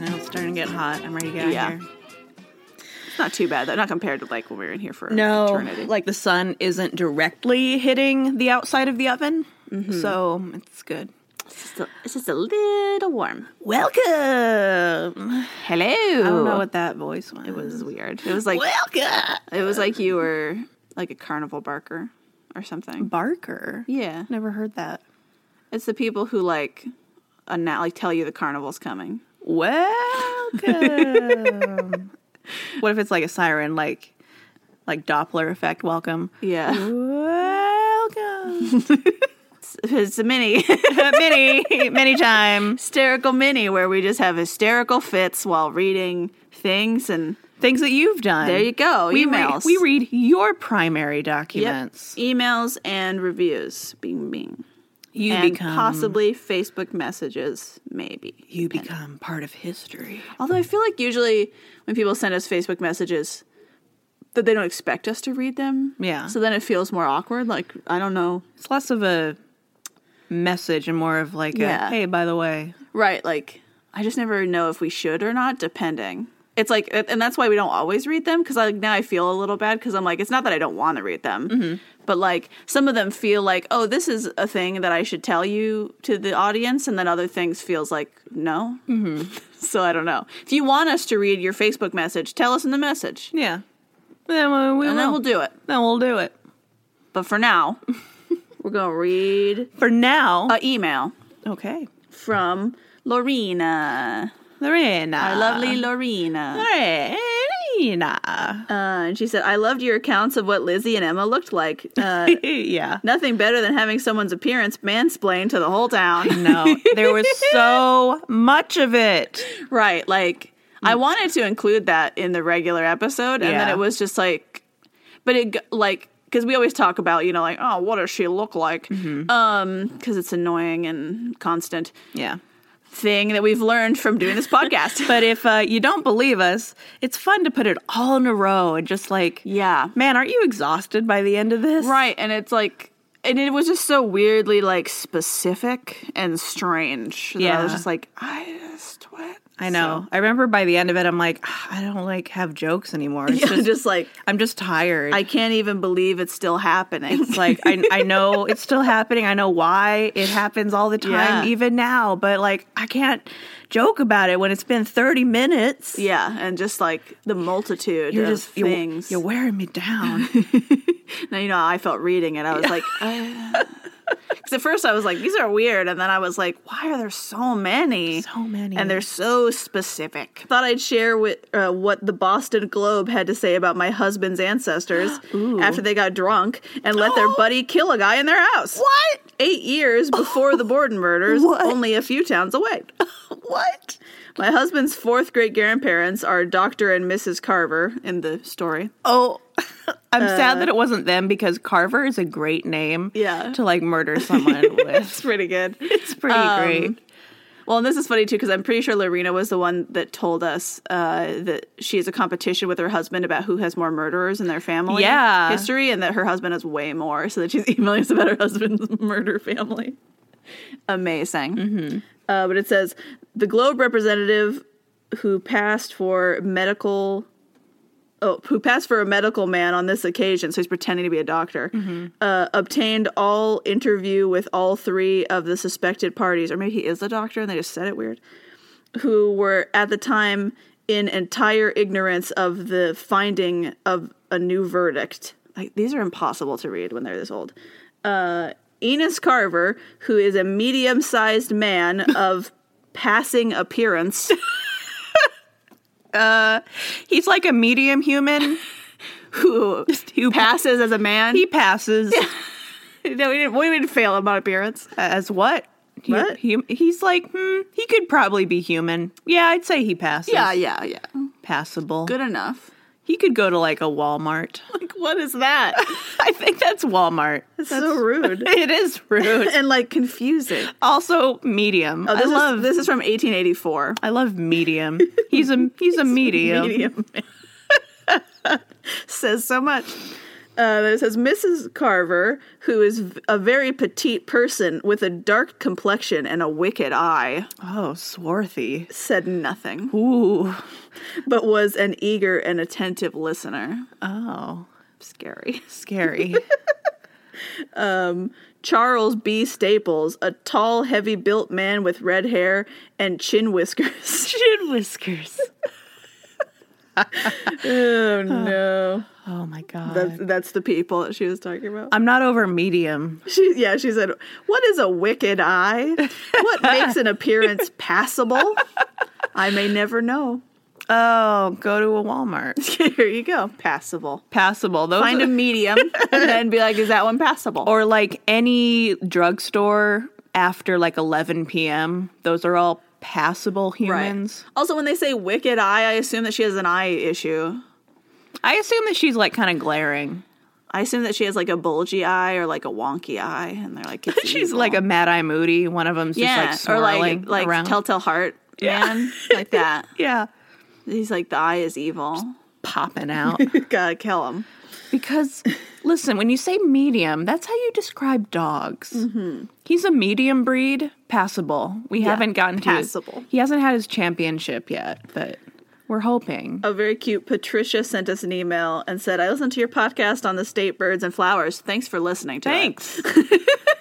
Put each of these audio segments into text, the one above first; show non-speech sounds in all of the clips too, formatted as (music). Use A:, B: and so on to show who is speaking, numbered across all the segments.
A: getting hot. I'm ready to get out
B: Yeah.
A: of here.
B: It's not too bad though. Not compared to like when we were in here for
A: No,
B: eternity.
A: like the sun isn't directly hitting the outside of the oven,
B: Mm-hmm.
A: so it's good.
B: it's just, a, it's just a little warm.
A: Welcome.
B: Hello.
A: I don't know what that voice was.
B: it was weird. It was like
A: welcome,
B: it was like you were like a carnival barker or something.
A: Barker.
B: Yeah.
A: Never heard that.
B: It's the people who like announce, like tell you the carnival's coming.
A: Welcome. (laughs) what if it's like a siren, like like Doppler effect?
B: (laughs)
A: Welcome. Mm-hmm.
B: Yeah.
A: Welcome.
B: It's, it's a mini (laughs)
A: many, many times.
B: hysterical mini where we just have hysterical fits while reading things and
A: Things that you've done.
B: there you go.
A: We re-
B: emails.
A: we read your primary
B: Yep.
A: documents.
B: Emails and reviews. Bing bing.
A: You
B: and
A: become
B: possibly Facebook messages, maybe.
A: you become part of history.
B: Although I feel like usually when people send us Facebook messages, that they don't expect us to read them.
A: Yeah.
B: So then it feels more awkward. Like I don't know.
A: It's less of a message and more of like
B: Yeah.
A: a hey, by the way.
B: Right. Like I just never know if we should or not, depending. It's like, and that's why we don't always read them because like now I feel a little bad because I'm like, it's not that I don't want to read them,
A: Mm-hmm.
B: but like some of them feel like, oh, this is a thing that I should tell you to the audience, and then other things feels like no. Mm-hmm. (laughs) so I don't know. If you want us to read your Facebook message, tell us in the message,
A: Yeah. Then we, we
B: and then
A: will.
B: we'll do it.
A: then we'll do it.
B: But for now, (laughs) we're gonna read
A: For now.
B: a email
A: okay.
B: from Lorena,
A: Lorena.
B: our lovely Lorena.
A: Lorena.
B: Uh, and she said, I loved your accounts of what Lizzie and Emma looked like. (laughs) Uh,
A: (laughs) yeah.
B: nothing better than having someone's appearance mansplained to the whole town.
A: No, there was so much of it.
B: (laughs) right. Like, I wanted to include that in the regular episode. And then
A: Yeah.
B: it was just like, but it, g- like, because we always talk about, you know, like, oh, what does she look like? Um, because it's annoying and constant
A: Yeah.
B: thing that we've learned from doing this podcast.
A: But if uh, you don't believe us, it's fun to put it all in a row and just like,
B: yeah.
A: man, aren't you exhausted by the end of this?
B: Right, and it's like and it was just so weirdly like specific and strange. that I was
A: Yeah.
B: just like, I just what
A: I know. I remember by the end of it, I'm like, "Ah, I don't like have jokes anymore. (laughs) It's
B: So,
A: just,
B: just, just like
A: I'm just tired.
B: I can't even believe it's still happening.
A: It's like I, I know it's still happening. I know why it happens all the time,
B: Yeah.
A: even now. But like, I can't joke about it when it's been thirty minutes.
B: (laughs) yeah, and just like the multitude
A: You're
B: of
A: just you're,
B: things.
A: you're wearing me
B: (laughs)
A: down.
B: now you know how I felt reading it. I was like, (laughs) because at first I was like, these are weird, and then I was like, why are there so many?
A: So many.
B: and they're so specific. Thought I'd share with uh, what the Boston Globe had to say about my husband's
A: (gasps)
B: ancestors after they got drunk and let their buddy kill a guy in their house.
A: what?
B: Eight years before
A: (laughs)
B: the Borden murders,
A: What?
B: only a few towns away.
A: What?
B: My husband's fourth great grandparents are Dr. and Mrs. Carver in the story.
A: Oh, (laughs) I'm sad that it wasn't them because Carver is a great name.
B: uh, Yeah.
A: To like murder someone
B: (laughs)
A: with.
B: It's pretty
A: (laughs)
B: good.
A: It's pretty
B: Um,
A: great.
B: Well, and this is funny too because I'm pretty sure Lorena was the one that told us uh, that she has a competition with her husband about who has more murderers in their family
A: Yeah.
B: history, and that her husband has way more, so that she's (laughs) emailing us about her husband's (laughs) murder family. Amazing. Uh, but it says the Globe representative who passed for medical. Oh, who passed for a medical man on this occasion, so he's pretending to be a doctor,
A: Mm-hmm.
B: uh, obtained all interview with all three of the suspected parties, or maybe he is a doctor and they just said it weird, who were at the time in entire ignorance of the finding of a new verdict. Like, these are impossible to read when they're this old. Uh, Enos Carver, who is a medium
A: (laughs)
B: sized man of passing appearance.
A: Uh, He's like a medium human who who
B: (laughs) passes as a man.
A: he passes
B: (laughs) no, we didn't, we didn't fail him on appearance.
A: as what? Hu-
B: What?
A: hum- he's like, hmm, he could probably be human. Yeah, I'd say he passes.
B: Yeah, yeah, yeah.
A: Passable.
B: Good enough.
A: He could go to like a
B: (laughs)
A: Walmart.
B: Like, what is (laughs) that?
A: I think that's Walmart.
B: That's (laughs) so rude.
A: It is rude.
B: (laughs) and like confusing.
A: also medium.
B: Oh, this
A: I love
B: is this is from 1884. (laughs)
A: I love medium. He's a he's a medium.
B: (laughs) Medium. Says so much. Uh, it says Mrs. Carver, who is v- a very petite person with a dark complexion and a wicked eye,
A: Oh, swarthy.
B: said nothing,
A: Ooh.
B: but was an eager and attentive listener.
A: Oh,
B: Scary.
A: scary.
B: Charles B. Staples, a tall, heavy built man with red hair and
A: (laughs)
B: chin whiskers.
A: Chin whiskers.
B: oh, no.
A: Oh my god.
B: (laughs) That's, that's the people that she was talking about. (laughs)
A: I'm not over medium.
B: She, yeah, she said, What is a wicked eye?
A: (laughs)
B: What makes an appearance passable? I may never know. (laughs)
A: Oh, go to a Walmart. (laughs)
B: Here you go. Passable.
A: Passable. Those
B: Find a medium and then be like, Is that one passable?
A: or like any drugstore after like 11 p.m. Those are all passable humans.
B: Also, when they say wicked eye, I assume that she has an eye issue.
A: I assume that she's like kind of glaring.
B: I assume that she has like a bulgy eye or like a wonky eye, and they're like, it's
A: (laughs) She's
B: evil.
A: like a Mad Eye Moody. One of them's
B: yeah,
A: just like
B: or
A: swirling
B: like like
A: around.
B: Telltale Heart (laughs) man, like that.
A: yeah,
B: He's like the eye is evil. (laughs)
A: popping out.
B: Gotta kill him.
A: because listen, when you say medium, that's how you describe dogs.
B: Mm-hmm.
A: He's a medium breed, passable. We haven't gotten to his-
B: passable.
A: he hasn't had his championship yet, but we're hoping.
B: Oh, very cute. Patricia sent us an email and said, I listened to your podcast on the state birds and flowers. Thanks for listening to it. (laughs)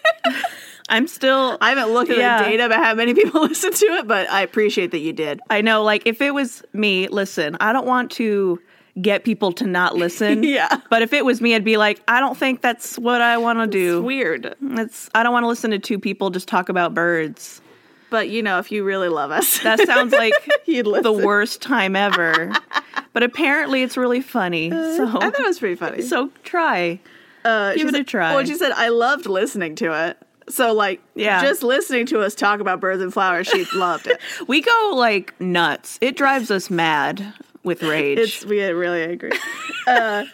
A: I'm still
B: I haven't looked at
A: Yeah.
B: the data about how many (laughs) people listen to it, but I appreciate that you did.
A: I know, like, if it was me, listen, I don't want to get people to
B: (laughs)
A: not listen.
B: Yeah.
A: But if it was me, I'd be like, I don't think that's what I want to
B: It's
A: do.
B: weird.
A: That's I don't want to listen to two people just talk about birds.
B: But you know, if you really love us,
A: That sounds like
B: (laughs) you'd listen.
A: the worst time
B: (laughs)
A: ever. but apparently, it's really funny.
B: Uh, I
A: So,
B: thought it was pretty funny.
A: so try.
B: uh,
A: give
B: she
A: it a
B: said-
A: try.
B: Well, she said I loved listening to it. So like,
A: Yeah.
B: just listening to us talk about birds and flowers, (laughs) she loved it.
A: We go like nuts. It drives us mad with rage.
B: (laughs) It's we really agree. (laughs) uh,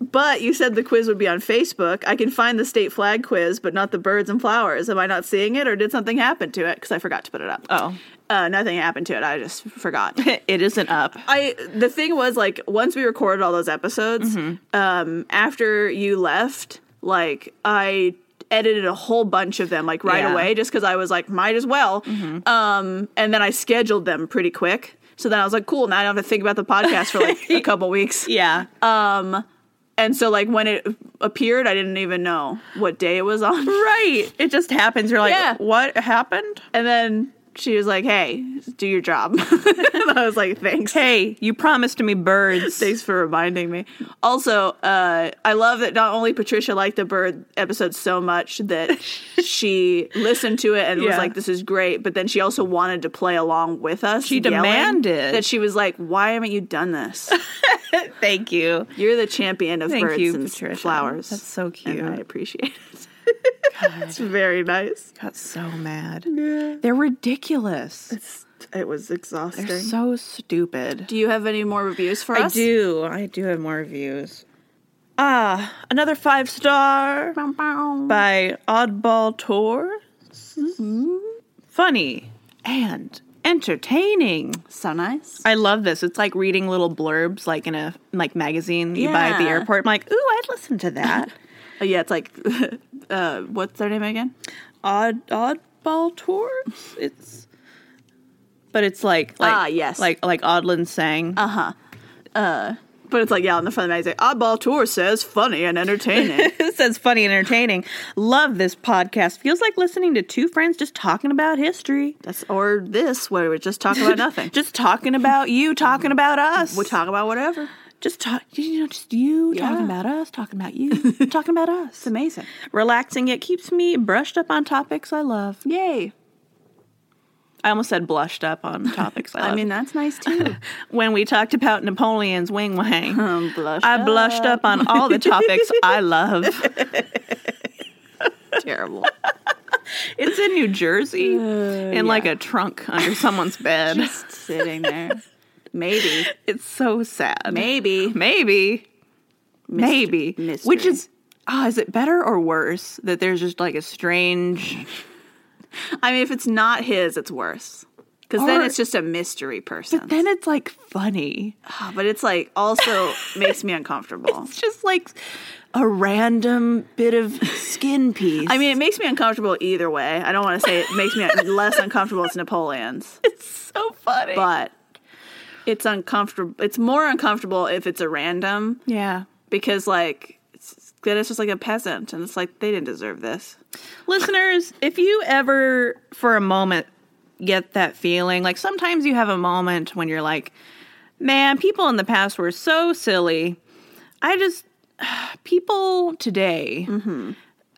B: but you said the quiz would be on Facebook. I can find the state flag quiz, but not the birds and flowers. Am I not seeing it, or did something happen to it? Because I forgot to put it up.
A: oh, (laughs)
B: Uh, nothing happened to it. I just forgot. (laughs)
A: it isn't up.
B: I the thing was like once we recorded all those episodes,
A: Mm-hmm.
B: um, after you left, like I edited a whole bunch of them like right
A: Yeah. Mm-hmm.
B: away just because I was like might as well, um, and then I scheduled them pretty quick. So then I was like, cool. Now I don't have to think about the podcast
A: (laughs)
B: for like a couple weeks.
A: Yeah.
B: Uh, And so like when it appeared, I didn't even know what day it was on. (laughs)
A: right. It just happens. You're like,
B: Yeah.
A: what happened?
B: And then she was like, "Hey, do your job." (laughs) and I was like,
A: (laughs)
B: "Thanks."
A: Hey, you promised me birds.
B: Thanks for reminding me. Also, uh, I love that not only Patricia liked the bird episode so
A: (laughs)
B: much that she listened to it and was
A: Yeah.
B: like, "This is great," but then she also wanted to play along with us.
A: She
B: yelling
A: demanded.
B: that she was like, "Why haven't you done this?
A: Thank you.
B: You're the champion of
A: Thank
B: birds
A: you,
B: and
A: Patricia.
B: flowers."
A: That's so cute.
B: and I appreciate it. (laughs) it's very nice.
A: got so mad. They're ridiculous.
B: It was exhausting.
A: They're so stupid.
B: do you have any more reviews for us?
A: do. I do have more reviews. Ah, another five star
B: Bow, bow.
A: by Oddball Tour.
B: Mm-hmm.
A: Funny and entertaining.
B: So nice.
A: I love this. It's like reading little blurbs, like in a like magazine you buy at the
B: Yeah.
A: airport. I'm like, ooh, I'd listen to
B: (laughs)
A: that.
B: Oh, yeah, it's like, (laughs) uh, what's their name again?
A: odd oddball tours. It's but it's like, like
B: Ah, yes.
A: like like Odlin sang.
B: But it's like, yeah, on the front of the magazine, Oddball Tour says funny and
A: (laughs)
B: entertaining.
A: it says funny and entertaining. Love this podcast. Feels like listening to two friends just talking about history.
B: That's or this where we just talk about nothing.
A: (laughs) Just talking about you, talking about us.
B: we talk about whatever.
A: just talk, you know, just you talking
B: Yeah.
A: about us, talking about
B: (laughs)
A: you, talking about us.
B: It's amazing.
A: Relaxing. It keeps me brushed up on topics I love.
B: Yay.
A: I almost said blushed up on
B: (laughs)
A: topics I love.
B: I mean, that's nice too.
A: (laughs) when we talked about Napoleon's wing wang.
B: Um, blush.
A: I blushed up on all the topics I love.
B: (laughs) Terrible.
A: It's in New Jersey, in like a trunk under someone's bed.
B: Uh, (laughs) just sitting there. Maybe.
A: it's so sad.
B: Maybe.
A: maybe, maybe,
B: mystery.
A: which is. ah, is it better or worse that there's just like a strange?
B: I mean, if it's not his, it's worse. Because then
A: Or-
B: it's just a mystery person. (sighs) But,
A: Then it's like funny.
B: it's like also makes me uncomfortable.
A: It's just like a random bit of skin piece.
B: (laughs) I mean, it makes me uncomfortable either way. I don't want to say it makes me (laughs) less uncomfortable as Napoleon's,
A: it's so funny.
B: but it's uncomfortable. It's more uncomfortable if it's a random
A: yeah.
B: because, like, it's, then it's just like a peasant, and it's like they didn't deserve this.
A: Listeners, if you ever for a moment get that feeling, like sometimes you have a moment when you're like, man, people in the past were so silly. I just, (sighs) people today
B: Mm-hmm.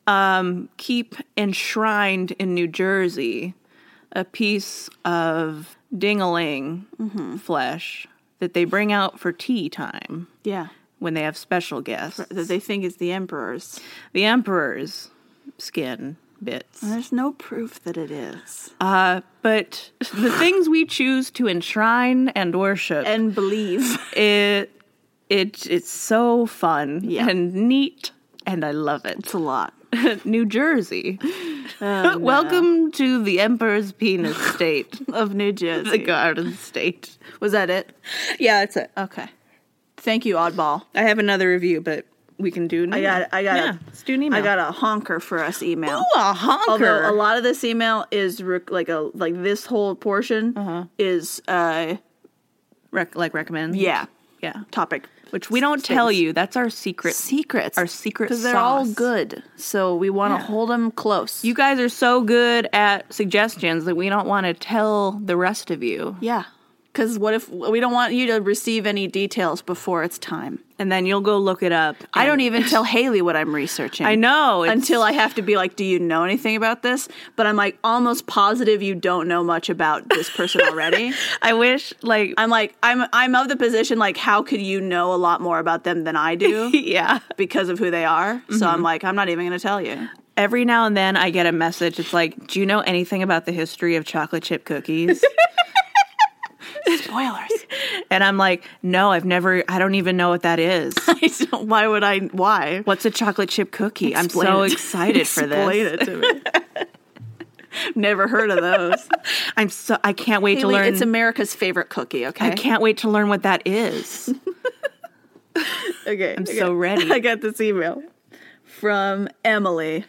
A: um, keep enshrined in New Jersey a piece of dingaling
B: Mm-hmm.
A: flesh that they bring out for tea time
B: Yeah,
A: when they have special guests.
B: that they think is the emperor's.
A: The emperor's skin bits.
B: There's no proof that it is,
A: Uh, but the things we choose to enshrine and worship,
B: and believe.
A: it it it's so fun
B: Yeah.
A: and neat, and I love
B: (laughs) It's a lot.
A: it. (laughs) New Jersey, (laughs) welcome to the Emperor's Penis (laughs) State,
B: Of
A: the
B: New Jersey.
A: Garden State.
B: Was that it?
A: Yeah, that's it.
B: Okay. Thank you, Oddball.
A: I have another review, but we can do. An email.
B: got it, I got it.
A: yeah, Let's do an email.
B: I got a honker for us email.
A: Ooh, a honker.
B: Although a lot of this email is rec- like a like this whole portion is uh
A: Rec- like recommend.
B: yeah
A: yeah.
B: topic
A: Which we don't tell you. That's our secret.
B: secrets
A: Our secret
B: because they're all
A: sauce.
B: good so we want to 'em hold them close.
A: You guys are so good at suggestions that we don't want to tell the rest of you.
B: yeah because what if we don't want you to receive any details before it's time?
A: And then you'll go look it up.
B: I don't (laughs) even tell Haley what I'm researching.
A: I know. It's,
B: until I have to be like, "Do you know anything about this?" But I'm like almost positive you don't know much about this person (laughs) already.
A: I wish, like,
B: I'm like, I'm I'm of the position like, how could you know a lot more about them than I (laughs) do
A: (laughs) yeah.
B: because of who they are? So I'm like, I'm not even gonna tell you.
A: Every now and then I get a message. It's like, do you know anything about the history of chocolate chip
B: (laughs)
A: cookies?
B: Spoilers.
A: and I'm like, no, I've never, I don't even know what that is.
B: why would (laughs) I? Why?
A: What's a chocolate chip cookie?
B: Explain
A: I'm so
B: it.
A: excited
B: (laughs)
A: for this.
B: Explain it to me. (laughs) Never heard of those.
A: I'm so, I can't wait
B: (laughs) Haley,
A: to learn.
B: it's America's favorite cookie. Okay.
A: I can't wait to learn what that
B: (laughs)
A: is.
B: Okay. I'm
A: so ready.
B: (laughs) I got this email from Emily,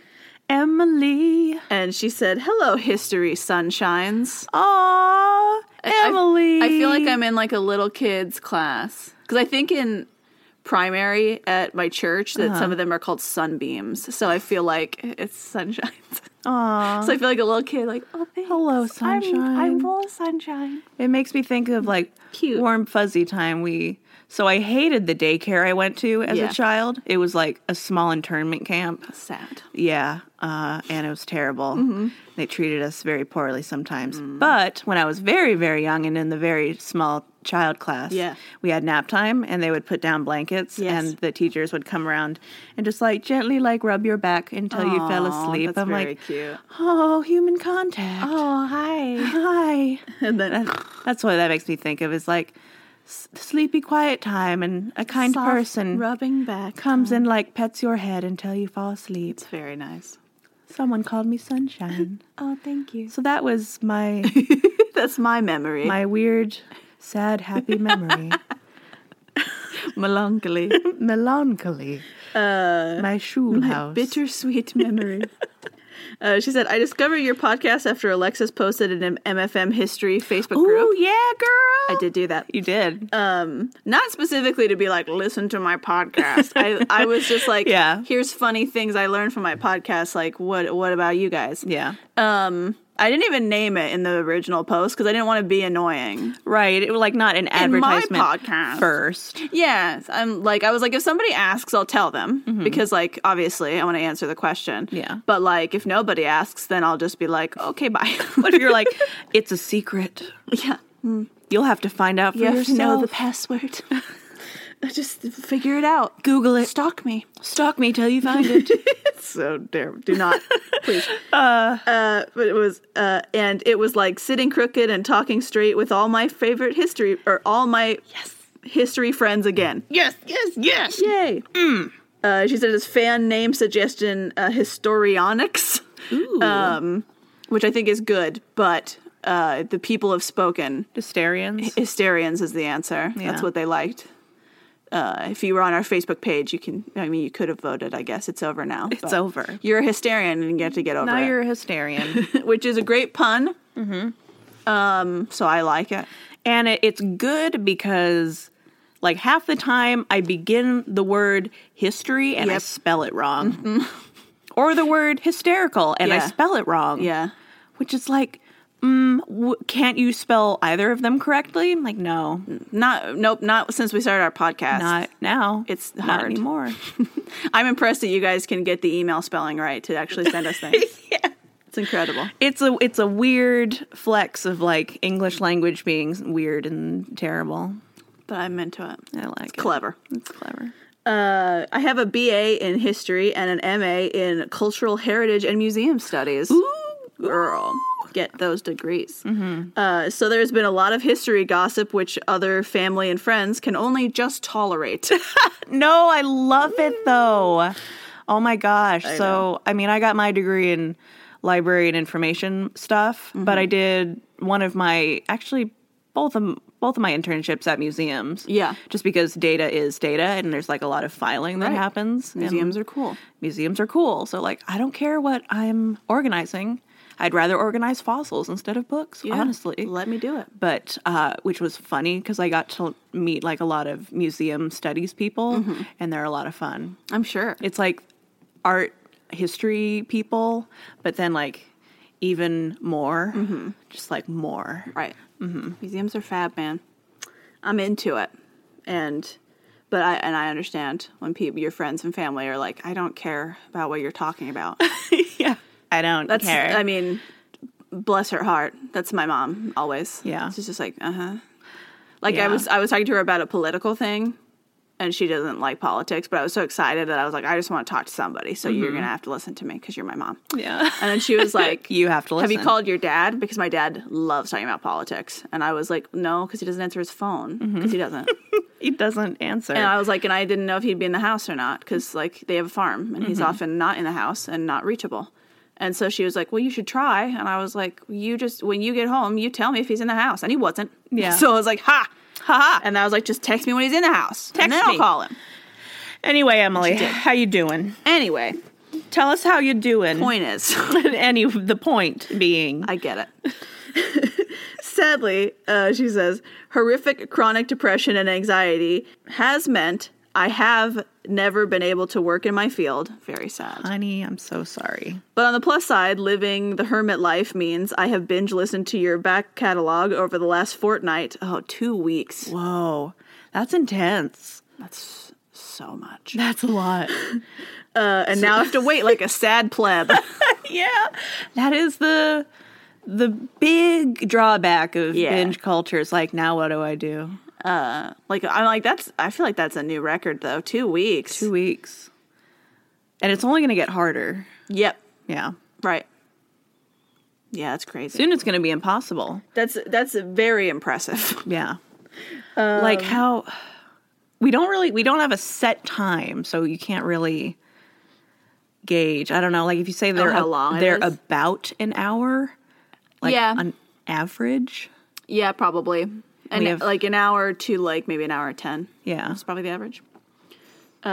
A: Emily.
B: and she said, "Hello, history sunshines."
A: Aww, Emily.
B: I feel like
A: Mm.
B: I'm in like a little kids class because I think in primary at my church that
A: Uh-huh.
B: some of them are called sunbeams. So I feel like it's sunshines. (laughs)
A: Aww.
B: so I feel like a little kid, like oh, thanks.
A: Hello,
B: I'm,
A: sunshine.
B: I'm full of sunshine.
A: It makes me think of like
B: Cute.
A: warm fuzzy time we so I hated the daycare I went to as
B: Yeah.
A: a child. It was like a small internment camp.
B: Sad.
A: Yeah, uh, and it was terrible.
B: Mm-hmm.
A: They treated us very poorly sometimes.
B: Mm.
A: But when I was very, very young and in the very small child class,
B: Yeah.
A: we had nap time and they would put down blankets
B: Yes.
A: and the teachers would come around and just like gently like rub your back until you fell
B: Aw,
A: asleep.
B: that's
A: I'm
B: very
A: like,
B: cute.
A: oh, human contact.
B: Oh hi.
A: Hi.
B: (laughs) And then
A: That- That's what that makes me think of is like s- sleepy, quiet time, and a kind
B: soft
A: person
B: rubbing back
A: comes and like pets your head until you fall asleep.
B: It's very nice.
A: Someone called me
B: (laughs)
A: sunshine.
B: Oh, thank you.
A: so that was my
B: That's my memory.
A: my weird, sad, happy
B: (laughs)
A: memory.
B: melancholy,
A: Melancholy.
B: Uh,
A: my shoe house.
B: (laughs) bittersweet memory. Uh, she said, "I discovered your podcast after Alexis posted an M- MFM history Facebook group.
A: Ooh yeah, girl.
B: I did do that.
A: You did.
B: Um, not specifically to be like, listen to my podcast. I, I was (laughs) just like,
A: Yeah.
B: here's funny things I learned from my podcast. Like, what what about you guys?
A: yeah.
B: Um, I didn't even name it in the original post because I didn't want to be annoying.
A: Right. It was like not an advertisement
B: podcast.
A: first.
B: Yeah, I'm like, I was like, if somebody asks, I'll tell them because, like, obviously, I want to answer the question.
A: Yeah.
B: but like, if nobody asks, then I'll just be like, okay, bye. (laughs)
A: But if you're like, it's a secret.
B: yeah,
A: You'll have to find out for
B: you have
A: yourself.
B: to know the (laughs) password. just figure it out.
A: Google it.
B: Stalk me.
A: Stalk me till you find it.
B: so terrible. Do not, please. (laughs) Uh, but it was, uh, and it was like sitting crooked and talking straight with all my favorite history or all my yes. history friends again.
A: yes, yes, yes.
B: Yay! Uh, she said his fan name suggestion, uh, Historionics,
A: Ooh.
B: um, which I think is good, but uh, the people have spoken.
A: Hysterians.
B: Hysterians is the answer.
A: Yeah.
B: That's what they liked. Uh, if you were on our Facebook page, you can. I mean, you could have voted. I guess it's over now.
A: (laughs) It's
B: but
A: over.
B: You're a hysterian and you get to get over
A: Now
B: it,
A: you're a (laughs) hysterian.
B: (laughs) which is a great pun. Mm-hmm. Um, so I like it.
A: and it, it's good because like half the time I begin the word history and I
B: Yep.
A: spell it wrong. (laughs) Or the word hysterical and I
B: Yeah.
A: spell it wrong.
B: Yeah.
A: Which is like, mm, w- can't you spell either of them correctly? I'm like, no,
B: Not. Nope. Not since we started our podcast.
A: not now.
B: It's
A: not
B: hard.
A: anymore.
B: I'm impressed that you guys can get the email spelling right to actually
A: (laughs)
B: send us things. yeah. It's incredible.
A: It's a it's a weird flex of like English language being weird and terrible.
B: But I'm into it.
A: I like it.
B: Clever.
A: It's clever.
B: Uh, I have a BA in history and an MA in cultural heritage and museum studies. Ooh, girl, get those degrees. Uh, so there's been a lot of history gossip, which other family and friends can only just tolerate. (laughs)
A: No, I love it though. Oh my gosh. so, I mean, I got my degree in library and information stuff, but
B: Mm-hmm.
A: I did one of my actually both of both of my internships at museums.
B: Yeah.
A: Just because data is data and there's like a lot of filing that
B: Right.
A: happens. and
B: Museums are cool.
A: museums are cool. So like I don't care what I'm organizing. I'd rather organize fossils instead of books, honestly
B: let me do it.
A: but uh, which was funny because I got to meet like a lot of museum studies people,
B: Mm-hmm.
A: and they're a lot of fun.
B: I'm sure.
A: It's like art history people, but then like even more,
B: Mm-hmm.
A: just like more.
B: (laughs) Right. Mm-hmm. Museums are fab, man. I'm into it, and but I and I understand when people, your friends and family, are like, I don't care about what you're talking about.
A: yeah, I don't
B: That's
A: care.
B: I mean, bless her heart. That's my mom always.
A: Yeah.
B: She's just like, uh huh. Like
A: Yeah.
B: I was I was talking to her about a political thing and she doesn't like politics, but I was so excited that I was like, I just want to talk to somebody, so
A: Mm-hmm.
B: you're gonna have to listen to me because you're my mom.
A: yeah,
B: And then she
A: (laughs)
B: was like
A: you have to
B: Have
A: listen.
B: you called your dad? Because my dad loves talking about politics. And I was like, no, because he doesn't answer his phone.
A: Mm-hmm.
B: Because
A: (laughs)
B: he doesn't.
A: He doesn't answer.
B: And I was like, and I didn't know if he'd be in the house or not because like they have a farm and he's often not in the house and not reachable. And so she was like, well, you should try. And I was like, you just when you get home, you tell me if he's in the house. And he wasn't.
A: Yeah.
B: (laughs) So I was like, ha.
A: Ha ha.
B: And I was like, just text me when he's in the house.
A: Text
B: and then
A: me.
B: I'll call him.
A: Anyway, Emily, how you doing?
B: Anyway,
A: Tell us how you doing.
B: point is, (laughs)
A: (laughs) Any the point being,
B: I get it. (laughs) Sadly, uh, she says, horrific chronic depression and anxiety has meant I have never been able to work in my field. Very sad.
A: honey, I'm so sorry.
B: But on the plus side, living the hermit life means I have binge listened to your back catalog over the last fortnight. Oh, two weeks.
A: Whoa, that's intense.
B: That's so much.
A: That's a lot.
B: Uh, and now I have to wait like a sad pleb.
A: (laughs)
B: (laughs)
A: yeah, that is the the big drawback of
B: Yeah.
A: binge culture. Is like, now what do I do?
B: like I'm like that's. I feel like that's a new record though. Two weeks.
A: Two weeks, and it's only going to get harder.
B: Yep.
A: Yeah,
B: Right. Yeah, that's crazy.
A: soon it's going to be impossible.
B: That's that's very impressive.
A: Yeah,
B: Um,
A: like how we don't really we don't have a set time, so you can't really gauge. I don't know. Like if you say they're
B: Oh, how
A: a-
B: long it
A: they're
B: is?
A: about an hour, like
B: Yeah.
A: on average.
B: Yeah, probably. And
A: have-
B: like an hour to like maybe an hour ten.
A: Yeah,
B: That's probably the average. Uh,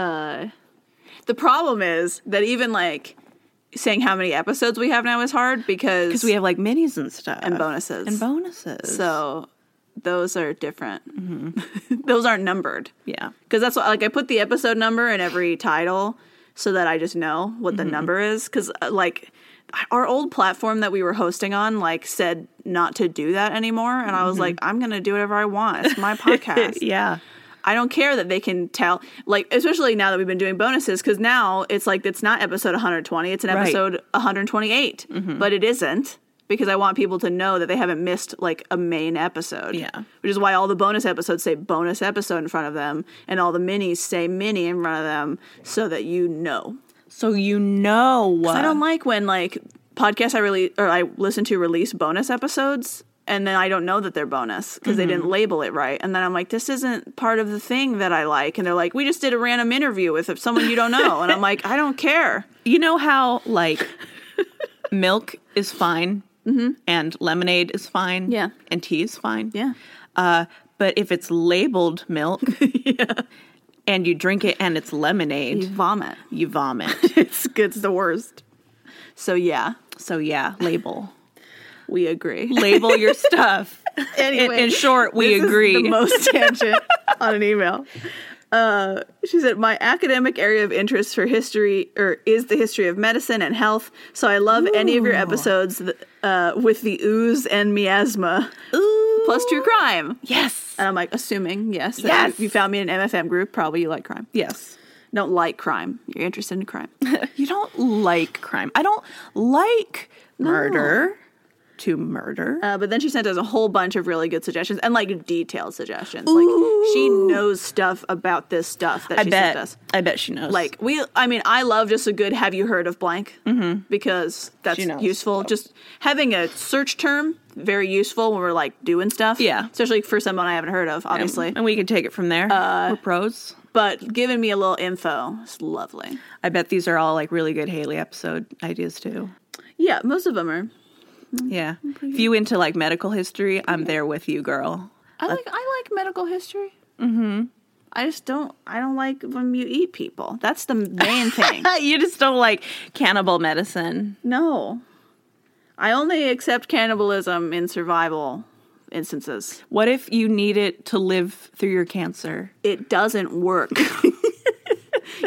B: the problem is that even like saying how many episodes we have now is hard because
A: because we have like minis and stuff
B: and bonuses.
A: and bonuses.
B: so those are different. (laughs) those aren't numbered
A: yeah.
B: because that's what like I put the episode number in every title so that I just know what
A: Mm-hmm.
B: the number is because like our old platform that we were hosting on like said not to do that anymore and I
A: Mm-hmm.
B: was like I'm gonna do whatever I want it's my
A: (laughs)
B: podcast
A: Yeah.
B: I don't care that they can tell, like, especially now that we've been doing bonuses, because now it's like it's not episode 120, it's an
A: Right. Mm-hmm.
B: episode 128, but it isn't because I want people to know that they haven't missed like a main episode.
A: Yeah.
B: Which is why all the bonus episodes say bonus episode in front of them, and all the minis say mini in front of them, so that you know.
A: So you know what?
B: I don't like when like podcasts I really or I listen to release bonus episodes and then I don't know that they're bonus because they didn't label it right. And then I'm like, this isn't part of the thing that I like. And they're like, we just did a random interview with someone you don't know. And I'm like, I don't care. (laughs)
A: you know how like milk is fine and lemonade is fine.
B: Mm-hmm. Yeah.
A: and tea is fine.
B: Yeah.
A: Uh, but if it's labeled milk, and you drink it and it's lemonade,
B: (laughs) You vomit. (laughs)
A: you vomit.
B: It's good. It's the worst. So yeah,
A: so yeah, label
B: we agree.
A: label your stuff.
B: (laughs) Anyway,
A: in, in short, we
B: this is
A: agree. (laughs)
B: the most tangent on an email. Uh, she said, "My academic area of interest for history, or is the history of medicine and health. So I love any of your
A: Ooh.
B: episodes th- uh, with the ooze and miasma,
A: Ooh.
B: plus Uh, true crime."
A: yes,
B: And I'm like, assuming yes, that
A: Yes.
B: you, you found me in an MFM group. Probably you like crime.
A: yes.
B: Don't like crime. You're interested
A: (laughs)
B: in crime.
A: You don't like crime. I don't like murder. To murder.
B: Uh, but then she sent us a whole bunch of really good suggestions and like detailed suggestions. Like she knows stuff about this stuff that
A: I
B: she
A: bet.
B: sent us.
A: I bet she knows.
B: Like we, I mean, I love just a good "Have you heard of blank?" Mm-hmm. because that's
A: She knows.
B: useful. Just having a search term very useful when we're like doing stuff.
A: Yeah.
B: especially for someone I haven't heard of,
A: And-
B: obviously. Uh,
A: and, we can take it from there. We're pros.
B: but giving me a little info is lovely.
A: I bet these are all like really good Haley episode ideas too.
B: Yeah, most of them are.
A: Yeah, if you into like medical history, I'm there with you, girl. (laughs)
B: I like I like medical history. Mm-hmm. I just don't. I don't like when you eat people. That's the main thing.
A: you just don't like cannibal medicine.
B: (laughs) No. I only accept cannibalism in survival instances.
A: What if you need it to live through your cancer?
B: It doesn't work. (laughs)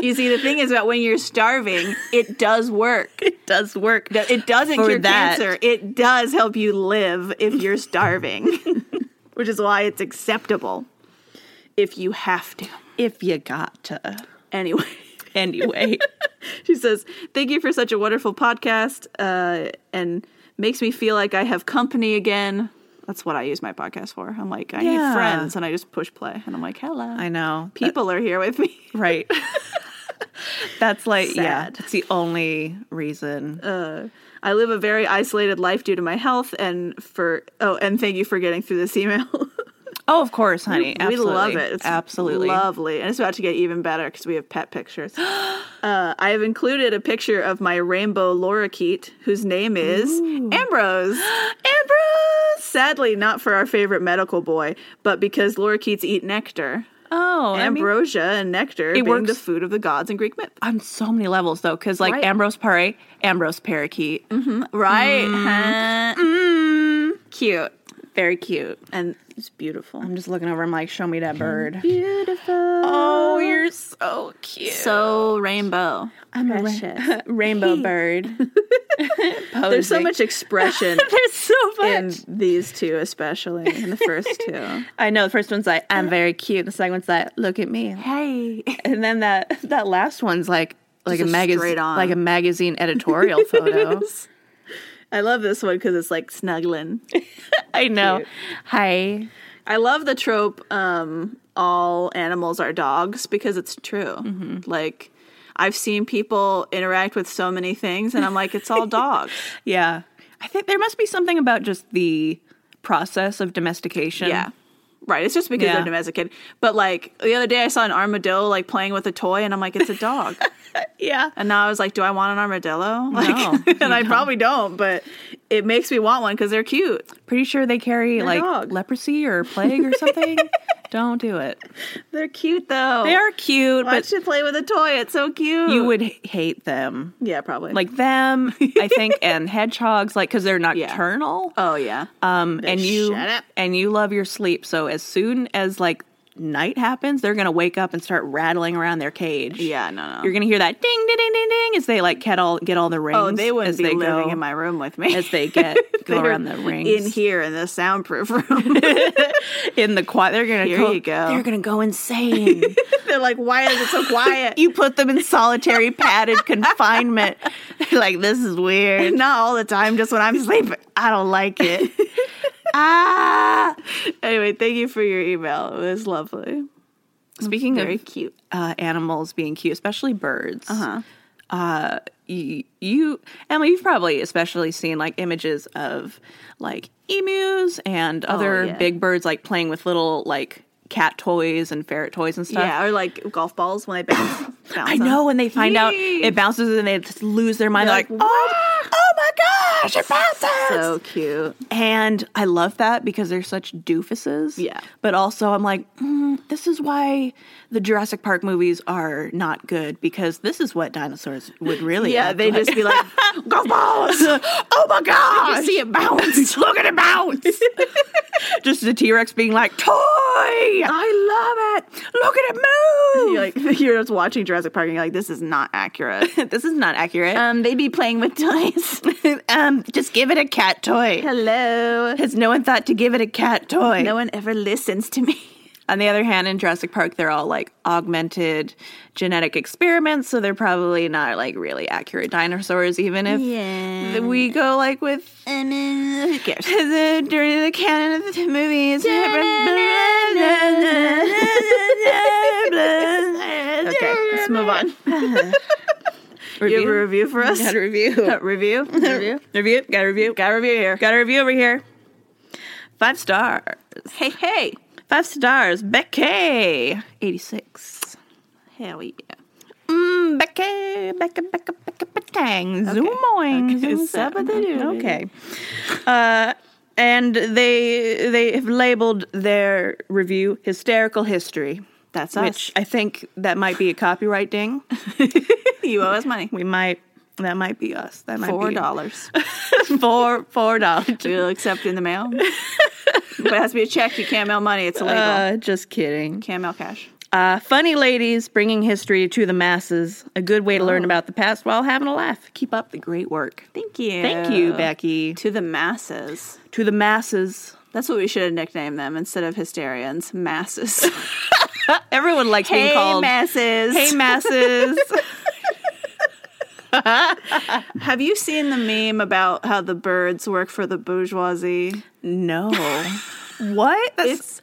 B: you see, the thing is about when you're starving, it does work.
A: (laughs) It does work.
B: It doesn't
A: For
B: cure
A: that.
B: cancer. It does help you live if you're starving,
A: (laughs)
B: which is why it's acceptable if you have to.
A: If you got to.
B: Anyway. (laughs)
A: Anyway,
B: She says, Thank you for such a wonderful podcast uh, and makes me feel like I have company again. That's what I use my podcast for. I'm like, I
A: Yeah.
B: need friends. And I just push play. And I'm like, hello.
A: I uh, know That-
B: People are here with me. (laughs)
A: right. That's like yeah.
B: Sad.
A: That's the only reason.
B: I live a very isolated life due to my health. And for, oh, and thank you for getting through this email. (laughs)
A: oh, of course, honey.
B: we
A: Absolutely.
B: love it. It's
A: Absolutely.
B: lovely. And it's about to get even better because we have pet pictures. (gasps) uh, I have included a picture of my rainbow lorikeet, whose name is
A: (gasps)
B: Ambrose.
A: Ambrose.
B: (gasps) Sadly, not for our favorite medical boy, but because lorikeets eat nectar,
A: Oh, I mean,
B: ambrosia and nectar being
A: works-
B: the food of the gods in Greek myth.
A: on so many levels though, because like
B: Right. Mm-hmm.
A: Ambrose Pare, Ambrose Parakeet,
B: Right?
A: Mm-hmm.
B: Cute. Very cute. And it's beautiful.
A: I'm just looking over. I'm like, show me that bird.
B: Beautiful.
A: Oh, you're so cute.
B: so rainbow.
A: I'm a ra- (laughs) rainbow bird. (laughs)
B: There's so much expression
A: There's (laughs) so
B: in these two, especially in the first two.
A: I know the first one's like, I'm very cute. The second one's like, look at me.
B: Hey.
A: And then that that last one's like like a,
B: Just a
A: magazine
B: straight on.
A: like a magazine (laughs) editorial photo.
B: I love this one because it's like snuggling.
A: I know. Hi.
B: I love the trope um all animals are dogs because it's true. Like I've seen people interact with so many things and I'm like it's all dogs.
A: Yeah. I think there must be something about just the process of domestication.
B: yeah. Right, it's just because
A: Yeah.
B: they're domesticated. But like the other day I saw an armadillo like playing with a toy and I'm like it's a (laughs) dog.
A: Yeah.
B: and now I was like do I want an armadillo? Like
A: No, you
B: (laughs) and I probably don't, but it makes me want one cuz they're cute.
A: Pretty sure they carry like
B: dog.
A: leprosy or plague or (laughs) something. Don't do it.
B: They're cute though.
A: They are cute,
B: I
A: but
B: should play with a toy. It's so cute.
A: you would h- hate them.
B: Yeah, probably.
A: Like them, I (laughs) think, and hedgehogs, like because they're nocturnal.
B: oh yeah.
A: Um, and you
B: shut up.
A: and you love your sleep. So as soon as like night happens, they're gonna wake up and start rattling around their cage.
B: yeah, no no.
A: you're gonna hear that ding, ding, ding, ding, ding as they like get all get all the rings.
B: Oh, they wouldn't
A: as
B: be
A: they
B: living
A: go,
B: in my room with me. (laughs)
A: as (laughs) they get go
B: They're
A: around the rings
B: in here in the soundproof room. (laughs)
A: in the quiet. They're gonna
B: Here
A: go,
B: you go.
A: They're gonna go insane.
B: They're like, why is it (laughs) so
A: (laughs)
B: quiet?
A: you put them in solitary (laughs) padded confinement. They're like, this is weird.
B: Not all the time, just when I'm sleeping.
A: I don't like it. ah.
B: Anyway, thank you for your email. It was lovely.
A: Speaking
B: Very
A: of
B: cute.
A: uh, animals being cute, especially birds. Uh-huh. Uh you, you Emily, you've probably especially seen like images of like emus and other
B: Oh, yeah.
A: big birds like playing with little like cat toys and ferret toys and stuff.
B: Yeah, or like golf balls when they (laughs) bounce. bounce
A: I know when they find out
B: Yee.
A: it bounces and they just lose their mind. They're
B: They're
A: like,
B: like,
A: oh, oh my gosh, it bounces!
B: So cute.
A: And I love that because they're such doofuses.
B: Yeah.
A: But also, I'm like, mm, this is why the Jurassic Park movies are not good because this is what dinosaurs would really.
B: Yeah,
A: act
B: they
A: like.
B: just be (laughs) like,
A: go
B: (laughs)
A: balls! oh my gosh!
B: see it bounce.
A: Look at it bounce! (laughs) just the T Rex being like, toy!
B: I love it.
A: Look at it move!
B: Uh. You're like (laughs) you're just watching Jurassic Park and you're like, this is not accurate.
A: (laughs) this is not accurate.
B: (laughs) um, they be playing with toys.
A: (laughs) um, just give it a cat toy.
B: (laughs) Hello.
A: Has no one thought to give it a cat toy?
B: No one ever listens to me.
A: On the other hand, in Jurassic Park, they're all like augmented genetic experiments, so they're probably not like really accurate dinosaurs, even if
B: (laughs) Yeah.
A: th- we go like with
B: who cares?
A: (laughs) the, during the canon of the movies.
B: Okay,
A: okay,
B: (laughs) let's move on. You have a
A: Review.
B: review for us?
A: Got a review.
B: (laughs) review? review?
A: Review. Got a review.
B: Got a review here.
A: Got a review over here. Five stars.
B: Hey, hey.
A: Five stars. Becky. 86.
B: Hell yeah.
A: Mm, Becca, Becca, Becca, Becca, Patang, okay.
B: Okay.
A: Zoomoing,
B: Is that what they do?
A: Okay. Uh, and they they have labeled their review "Hysterical History,"
B: That's
A: which I think that might be a copyright ding.
B: you owe us money. (laughs)
A: We might that might be us. That might
B: Four
A: be
B: (laughs) dollars.
A: (laughs) four four dollars.
B: We'll accept in the (laughs) mail. but it has to be a check. You can't mail money. It's illegal.
A: Uh, just kidding.
B: can't mail cash.
A: Uh, funny ladies bringing history to the masses. A good way to learn about the past while having a laugh. Keep up the great work.
B: Thank you.
A: Thank you, Becky.
B: To the masses.
A: To the masses.
B: That's what we should have nicknamed them instead of hysterians. (laughs) Masses.
A: Everyone likes being called (laughs)
B: masses.
A: Hey
B: (laughs)
A: masses. (laughs)
B: Have you seen the meme about how the birds work for the bourgeoisie?
A: no. What? That's
B: It's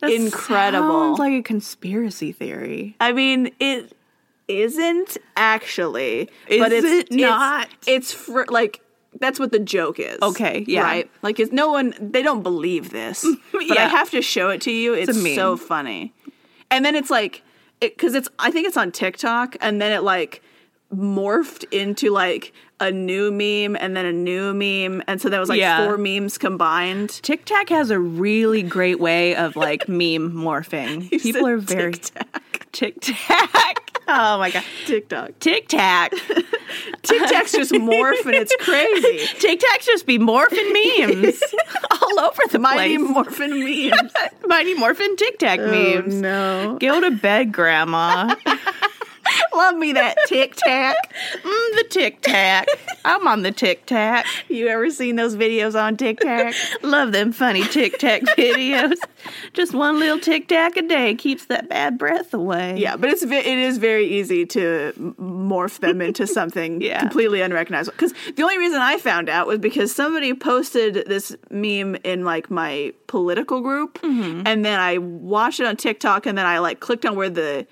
A: that
B: incredible.
A: Sounds like a conspiracy theory.
B: I mean, it isn't actually,
A: Is
B: but it's
A: it
B: it's-
A: not?
B: It's, for like that's what the joke is.
A: Okay, yeah.
B: right. Like, it's no one. They don't
A: (laughs)
B: believe this, but I
A: Yeah.
B: have to show it to you. It's,
A: a meme.
B: so funny, and then it's like, because it's I think it's on TikTok, and then it like morphed into like a new meme and then a new meme and so that was like
A: Yeah.
B: four
A: (laughs)
B: memes combined
A: Tic Tac has a really great way of (laughs) like meme morphing. People
B: said
A: are very
B: tic-tac
A: Tic Tac. (laughs) Oh my god.
B: tiktok
A: Tic Tac. (laughs)
B: tic-tacs just morph and it's crazy
A: Tic Tacs just be morphing (laughs) memes all over the
B: Mighty
A: place.
B: Morphin memes.
A: (laughs) Mighty Morphin Tic Tac memes.
B: Oh, no.
A: Go to bed, (laughs) Grandma.
B: Love me that Tic Tac.
A: Mm, the Tic Tac. I'm on the Tic Tac.
B: You ever seen those videos on Tic Tac?
A: Love them funny Tic (laughs) Tac videos. Just one little Tic Tac a day keeps that bad breath away.
B: yeah, but it's ve- it is very easy to m- morph
A: (laughs)
B: them into something
A: Yeah.
B: completely unrecognizable. Because the only reason I found out was because somebody posted this meme in like my political group,
A: Mm-hmm.
B: and then I watched it on TikTok, and then I like clicked on where the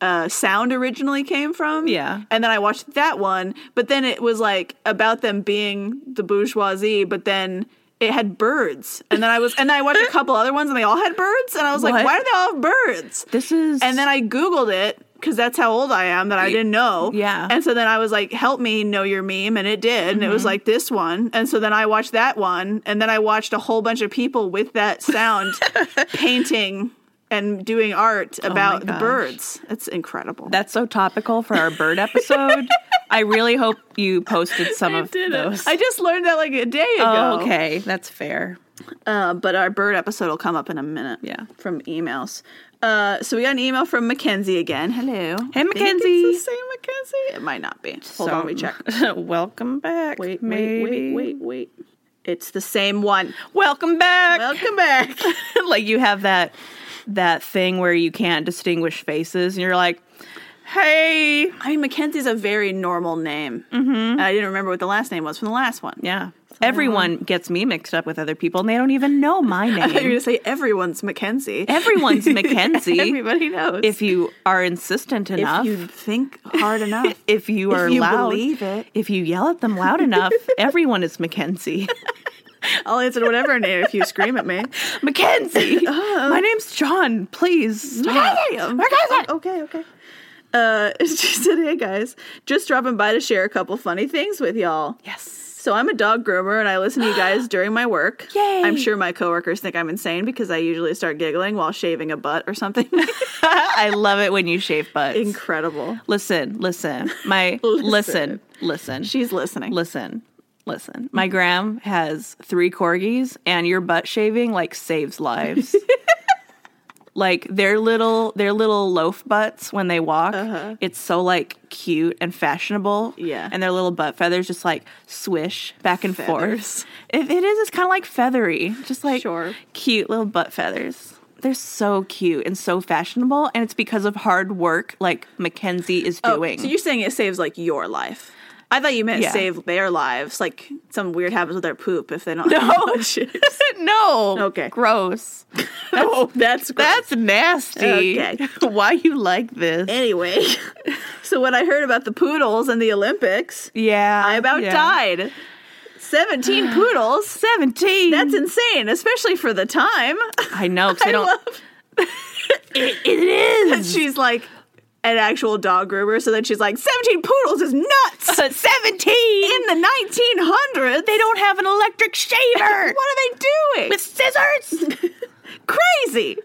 B: uh, sound originally came from.
A: Yeah.
B: And then I watched that one, but then it was like about them being the bourgeoisie, but then it had birds. And then I was and then I watched a couple other ones and they all had birds and I was like,
A: What?
B: why do they all have birds?
A: This is
B: And then I googled it cuz that's how old I am that I didn't know.
A: yeah. Mm-hmm.
B: And so then I was like, help me know your meme and it did and it was like this one. And so then I watched that one and then I watched a whole bunch of people with
A: (laughs)
B: that sound painting and doing art about the
A: Oh gosh.
B: birds. It's incredible.
A: that's so topical for our bird episode. I really hope you posted (laughs) some of those.
B: I just learned that like a day ago.
A: Oh, okay, that's fair.
B: Uh, but our bird episode will come up in a minute.
A: Yeah.
B: From emails. Uh, so we got an email from Mackenzie again. Hello.
A: Hey,
B: I think it's
A: Mackenzie.
B: the same Mackenzie. It might not be. Hold on,
A: So- (laughs)
B: we check.
A: Welcome back.
B: Wait, wait,
A: maybe.
B: wait, wait, wait. It's the same one.
A: Welcome back.
B: Welcome back.
A: (laughs) like you have that that thing where you can't distinguish faces, and you're like, hey,
B: I mean, Mackenzie's a very normal name. Mm-hmm. And I didn't remember what the last name was from the last one.
A: Yeah. Everyone
B: uh-huh.
A: gets me mixed up with other people and they don't even know
B: (laughs)
A: my
B: I thought you were
A: name.
B: going to say everyone's Mackenzie.
A: Everyone's Mackenzie
B: (laughs) Everybody knows.
A: if you are insistent enough.
B: if you think hard enough.
A: if you are
B: you
A: loud,
B: believe it.
A: if you yell at them loud
B: (laughs)
A: enough, everyone is Mackenzie.
B: (laughs) I'll answer whatever name if you scream at (laughs) me.
A: Mackenzie, my name's John. Please stop. Oh, Mackenzie!
B: Um, oh, Okay, okay. (laughs) Uh, she said, "Hey guys, just dropping by to share a couple funny things with y'all."
A: Yes.
B: So I'm a dog groomer and I listen to you (gasps) guys during my work.
A: Yay.
B: I'm sure my coworkers think I'm insane because I usually start giggling while shaving a butt or (laughs) something.
A: (laughs) I love it when you shave butts.
B: Incredible.
A: listen, listen. My
B: Listen.
A: (laughs) listen, listen.
B: She's listening.
A: Listen, listen. My gram has three corgis, and your butt shaving like saves
B: (laughs)
A: lives. like their little their little loaf butts when they walk, it's so like cute and fashionable.
B: Uh-huh. Yeah.
A: and their little butt feathers just like swish back and
B: Feathers.
A: forth. It, it is. It's kind of like feathery, just like
B: Sure.
A: cute little butt feathers. They're so cute and so fashionable, and it's because of hard work like Mackenzie is
B: Oh,
A: doing.
B: So (laughs) you're saying it saves like your life. I thought you meant
A: Yeah.
B: save their lives, like some weird happens with their poop if they don't. (laughs)
A: No. no.
B: Okay.
A: Gross.
B: oh, that's gross.
A: That's nasty.
B: Okay.
A: (laughs) Why you like this?
B: anyway. (laughs) so when I heard about the poodles and the Olympics,
A: yeah.
B: I about died. (gasps) Seventeen poodles.
A: 17.
B: That's insane, especially for the time.
A: I know, because
B: (laughs) I
A: they don't.
B: love
A: it is.
B: she's like an actual dog groomer, so then she's like, 17 poodles is
A: (laughs)
B: nuts!
A: 17.
B: In the 1900s,
A: they don't have an electric shaver.
B: (laughs) what are they doing?
A: With scissors. (laughs)
B: crazy.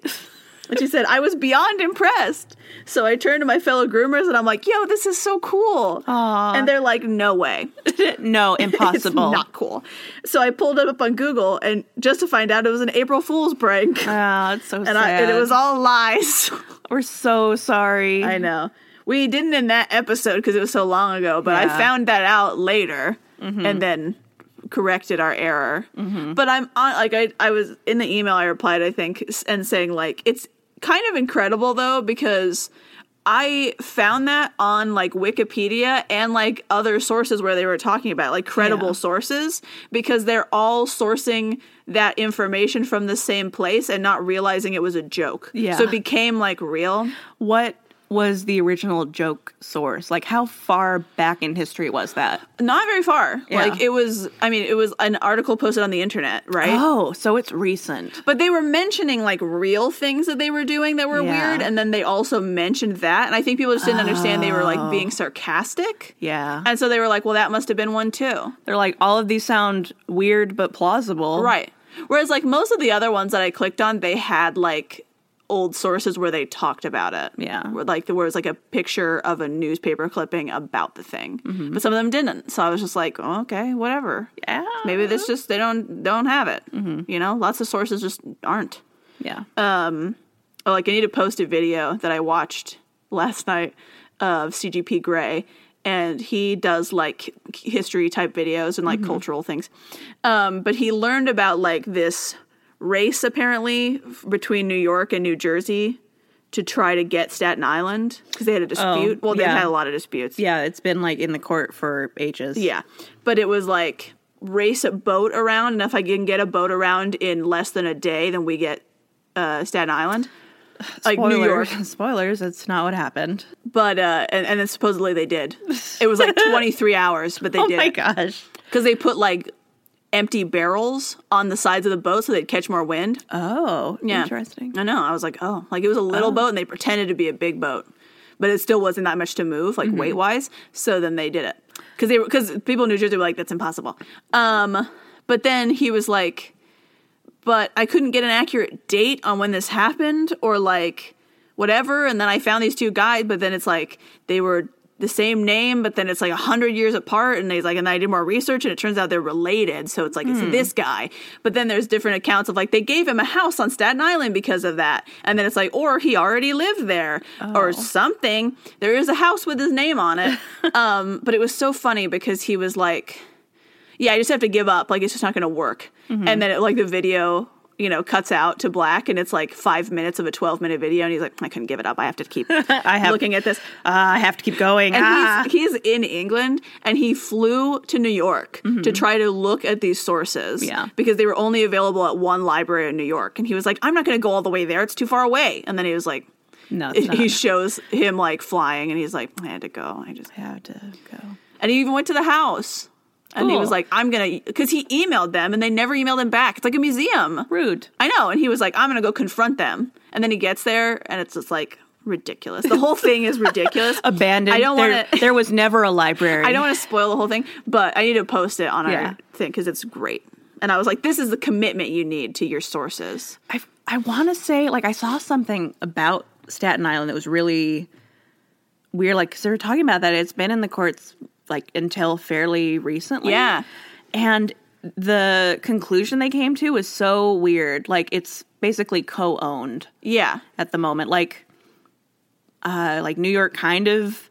B: And she said, I was beyond impressed. So I turned to my fellow groomers and I'm like, yo, this is so cool.
A: Aw.
B: And they're like, no way.
A: no, impossible.
B: (laughs) It's not cool. So I pulled it up on Google and just to find out it was an April Fool's prank.
A: Oh, it's so sad.
B: and, I, and it was all lies. (laughs)
A: We're so sorry.
B: I know. We didn't in that episode because it was so long ago, but I
A: Yeah. Mm-hmm.
B: found that out later and then corrected our error. But I'm on, like, I, I was in the email I replied, I think, s- and saying, like, it's kind of incredible though, because I found that on like Wikipedia and like other sources where they were talking about, like credible
A: Yeah.
B: sources, because they're all sourcing that information from the same place and not realizing it was a joke.
A: Yeah.
B: So it became like real.
A: What was the original joke source? Like, how far back in history was that?
B: Not very far.
A: Yeah.
B: Like it was I mean, it was an article posted on the internet, right?
A: Oh, so it's recent.
B: But they were mentioning like real things that they were doing that were
A: Yeah.
B: weird, and then they also mentioned that. And I think people just didn't understand they were
A: Oh.
B: like being sarcastic.
A: Yeah.
B: And so they were like, Well, that must have been one too.
A: They're like, all of these sound weird but plausible.
B: Right. Whereas like most of the other ones that I clicked on, they had like old sources where they talked about it.
A: Yeah.
B: Where, like there was like a picture of a newspaper clipping about the thing.
A: Mm-hmm.
B: But some of them didn't. So I was just like, oh, okay, whatever.
A: Yeah.
B: maybe this just they don't don't have it you know lots of sources just aren't
A: Yeah.
B: oh, like i need to post a video that i watched last night of cgp gray and he does like history type videos and like cultural things um, but he learned about like this race apparently f- between new york and new jersey to try to get staten island because they had a dispute well they
A: yeah.
B: had a lot of disputes
A: yeah. It's been like in the court for ages.
B: Yeah. But it was like race a boat around, and if I can get a boat around in less than a day, then we get uh,
A: (sighs)
B: Staten Island. Like
A: Spoilers.
B: New York.
A: (laughs) Spoilers. It's not what happened.
B: But uh and, and then supposedly they did. It
A: (laughs)
B: was like twenty three hours, but they
A: oh my
B: did
A: gosh.
B: because they put like empty barrels on the sides of the boat so they'd catch more wind.
A: Oh.
B: Yeah.
A: Interesting.
B: I know. I was like, oh, like it was a little boat and they pretended to be a big boat, but it still wasn't that much to move, like weight wise. So then they did it because they because people in New Jersey were like, that's impossible. Um, but then he was like, but I couldn't get an accurate date on when this happened or like whatever. And then I found these two guys, but then it's like they were the same name, but then it's like a hundred years apart. And he's like, and I did more research, and it turns out they're related. So it's like it's this guy. But then there's different accounts of like they gave him a house on Staten Island because of that, and then it's like, or he already lived there or something. There is a house with his name on it. um, but it was so funny because he was like yeah, I just have to give up. Like it's just not going to work. And then it, like the video, you know, cuts out to black, and it's like five minutes of a twelve minute video, and he's like, I couldn't give it up. I have to keep (laughs)
A: I have.
B: looking at this.
A: Uh, I have to keep going.
B: And
A: ah.
B: he's, he's in England, and he flew to New York to try to look at these sources.
A: Yeah.
B: because they were only available at one library in New York, and he was like, I'm not going to go all the way there. It's too far away. And then he was like.
A: No, it's not.
B: (laughs) He shows him like flying, and he's like, "I had to go. I just
A: I have to go.
B: and he even went to the house. And he
A: Cool.
B: was like, I'm going to, because he emailed them and they never emailed him back. It's like a museum.
A: Rude.
B: I know. And he was like, I'm going to go confront them. And then he gets there and it's just like, ridiculous. The whole thing is ridiculous.
A: (laughs) Abandoned.
B: I don't
A: there,
B: (laughs) wanna-
A: there was never a library.
B: I don't want to spoil the whole thing, but I need to post it on
A: Yeah.
B: our thing because it's great. And I was like, this is the commitment you need to your sources.
A: I I want to say like I saw something about Staten Island that was really weird. Like 'cause they were talking about that it's been in the courts like until fairly recently.
B: Yeah.
A: and the conclusion they came to was so weird. Like it's basically co-owned
B: Yeah.
A: at the moment. Like, uh, like New York kind of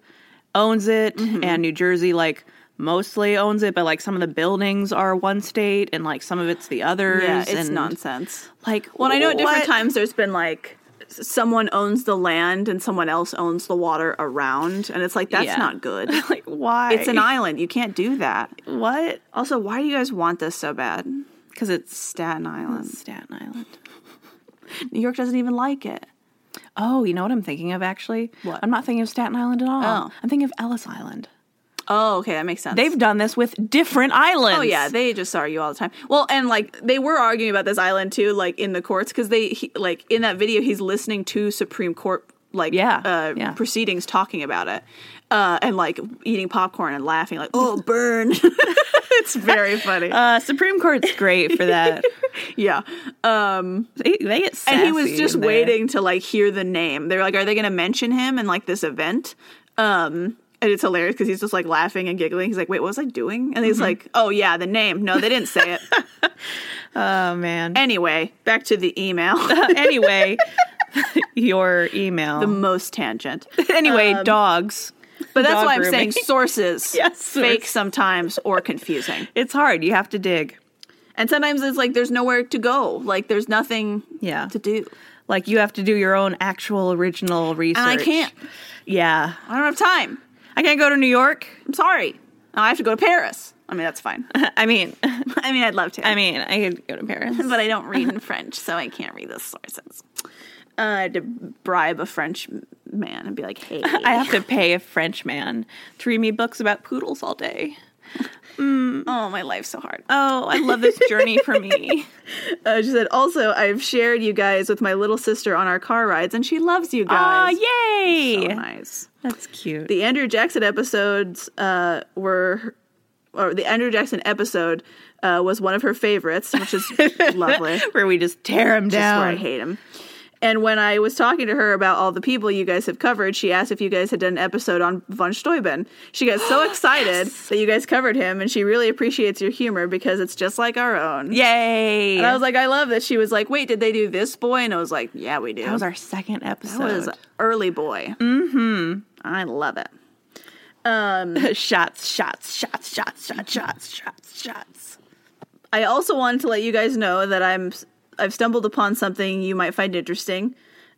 A: owns it,
B: Mm-hmm.
A: and New Jersey like mostly owns it, but like some of the buildings are one state, and like some of it's the others.
B: Yeah, it's
A: and,
B: nonsense.
A: Like,
B: Well, and I know at different
A: what?
B: times there's been like s- someone owns the land and someone else owns the water around, and it's (laughs) like that's
A: Yeah.
B: not good.
A: (laughs) Like, why?
B: (laughs) It's an island. You can't do that.
A: what?
B: Also, why do you guys want this so bad?
A: Because it's
B: Staten Island.
A: Staten Island.
B: New York doesn't even like it.
A: Oh, you know what I'm thinking of actually?
B: What?
A: I'm not thinking of Staten Island at all.
B: Oh.
A: I'm thinking of Ellis Island.
B: Oh, okay, that makes sense.
A: They've done this with different islands.
B: Oh yeah, they just argue all the time. Well, and like they were arguing about this island too, like in the courts, because they he, like in that video he's listening to Supreme Court like
A: Yeah,
B: uh,
A: yeah.
B: proceedings talking about it, uh, and like eating popcorn and laughing like oh burn. (laughs) it's very funny.
A: uh, Supreme Court's great for that.
B: yeah. Um,
A: (laughs) they, they get sassy
B: and he was just
A: in there.
B: waiting to like hear the name. They're like, are they going to mention him in like this event? Um, and it's hilarious because he's just like laughing and giggling. He's like, wait, what was I doing? And he's
A: Mm-hmm.
B: like, oh yeah, the name. No, they
A: (laughs)
B: didn't say it.
A: Oh man.
B: Anyway, back to the
A: (laughs)
B: email.
A: uh, anyway, your email. Um,
B: the most tangent.
A: anyway, dogs.
B: But that's
A: Dog
B: why I'm
A: grooming.
B: (laughs) saying sources
A: Yes,
B: fake
A: source.
B: sometimes or confusing.
A: (laughs) It's hard. You have to dig.
B: And sometimes it's like there's nowhere to go. Like there's nothing
A: Yeah.
B: to do.
A: Like you have to do your own actual original research.
B: I can't.
A: Yeah.
B: I don't have time.
A: I can't go to New York. (laughs)
B: I'm sorry. Now I have to go to Paris. I mean, that's (laughs) fine.
A: I mean, (laughs)
B: I mean, I'd love to.
A: I mean, I could go to Paris.
B: but I don't (laughs) read in French, so I can't read the sources. Uh, I had to bribe a French man and be like, (laughs) hey.
A: I have to pay a French man to read me books about poodles all day.
B: oh, my life's so hard.
A: Oh, I (laughs) love this journey for me.
B: (laughs) Uh, she said, also, I've shared you guys with my little sister on our car rides, and she loves you
A: Aw,
B: guys.
A: yay!
B: So Oh, nice.
A: That's cute.
B: The Andrew Jackson episodes uh, were, or the Andrew Jackson episode uh, was one of her favorites, which
A: (laughs)
B: is lovely. Just
A: Where we just tear him
B: where I
A: down.
B: hate him. And when I was talking to her about all the people you guys have covered, she asked if you guys had done an episode on von Steuben. She got
A: (gasps)
B: so excited that you guys covered him, and she really appreciates your humor because it's just like our own.
A: Yay!
B: And I was like, I love that she was like, wait, did they do this boy? And I was like, yeah, we do.
A: that was our second
B: That
A: episode.
B: was early boy. Mm-hmm. I love it.
A: (laughs) shots, shots, shots, shots, shots, shots, shots, shots.
B: I also wanted to let you guys know that I'm I've stumbled upon something you might find interesting.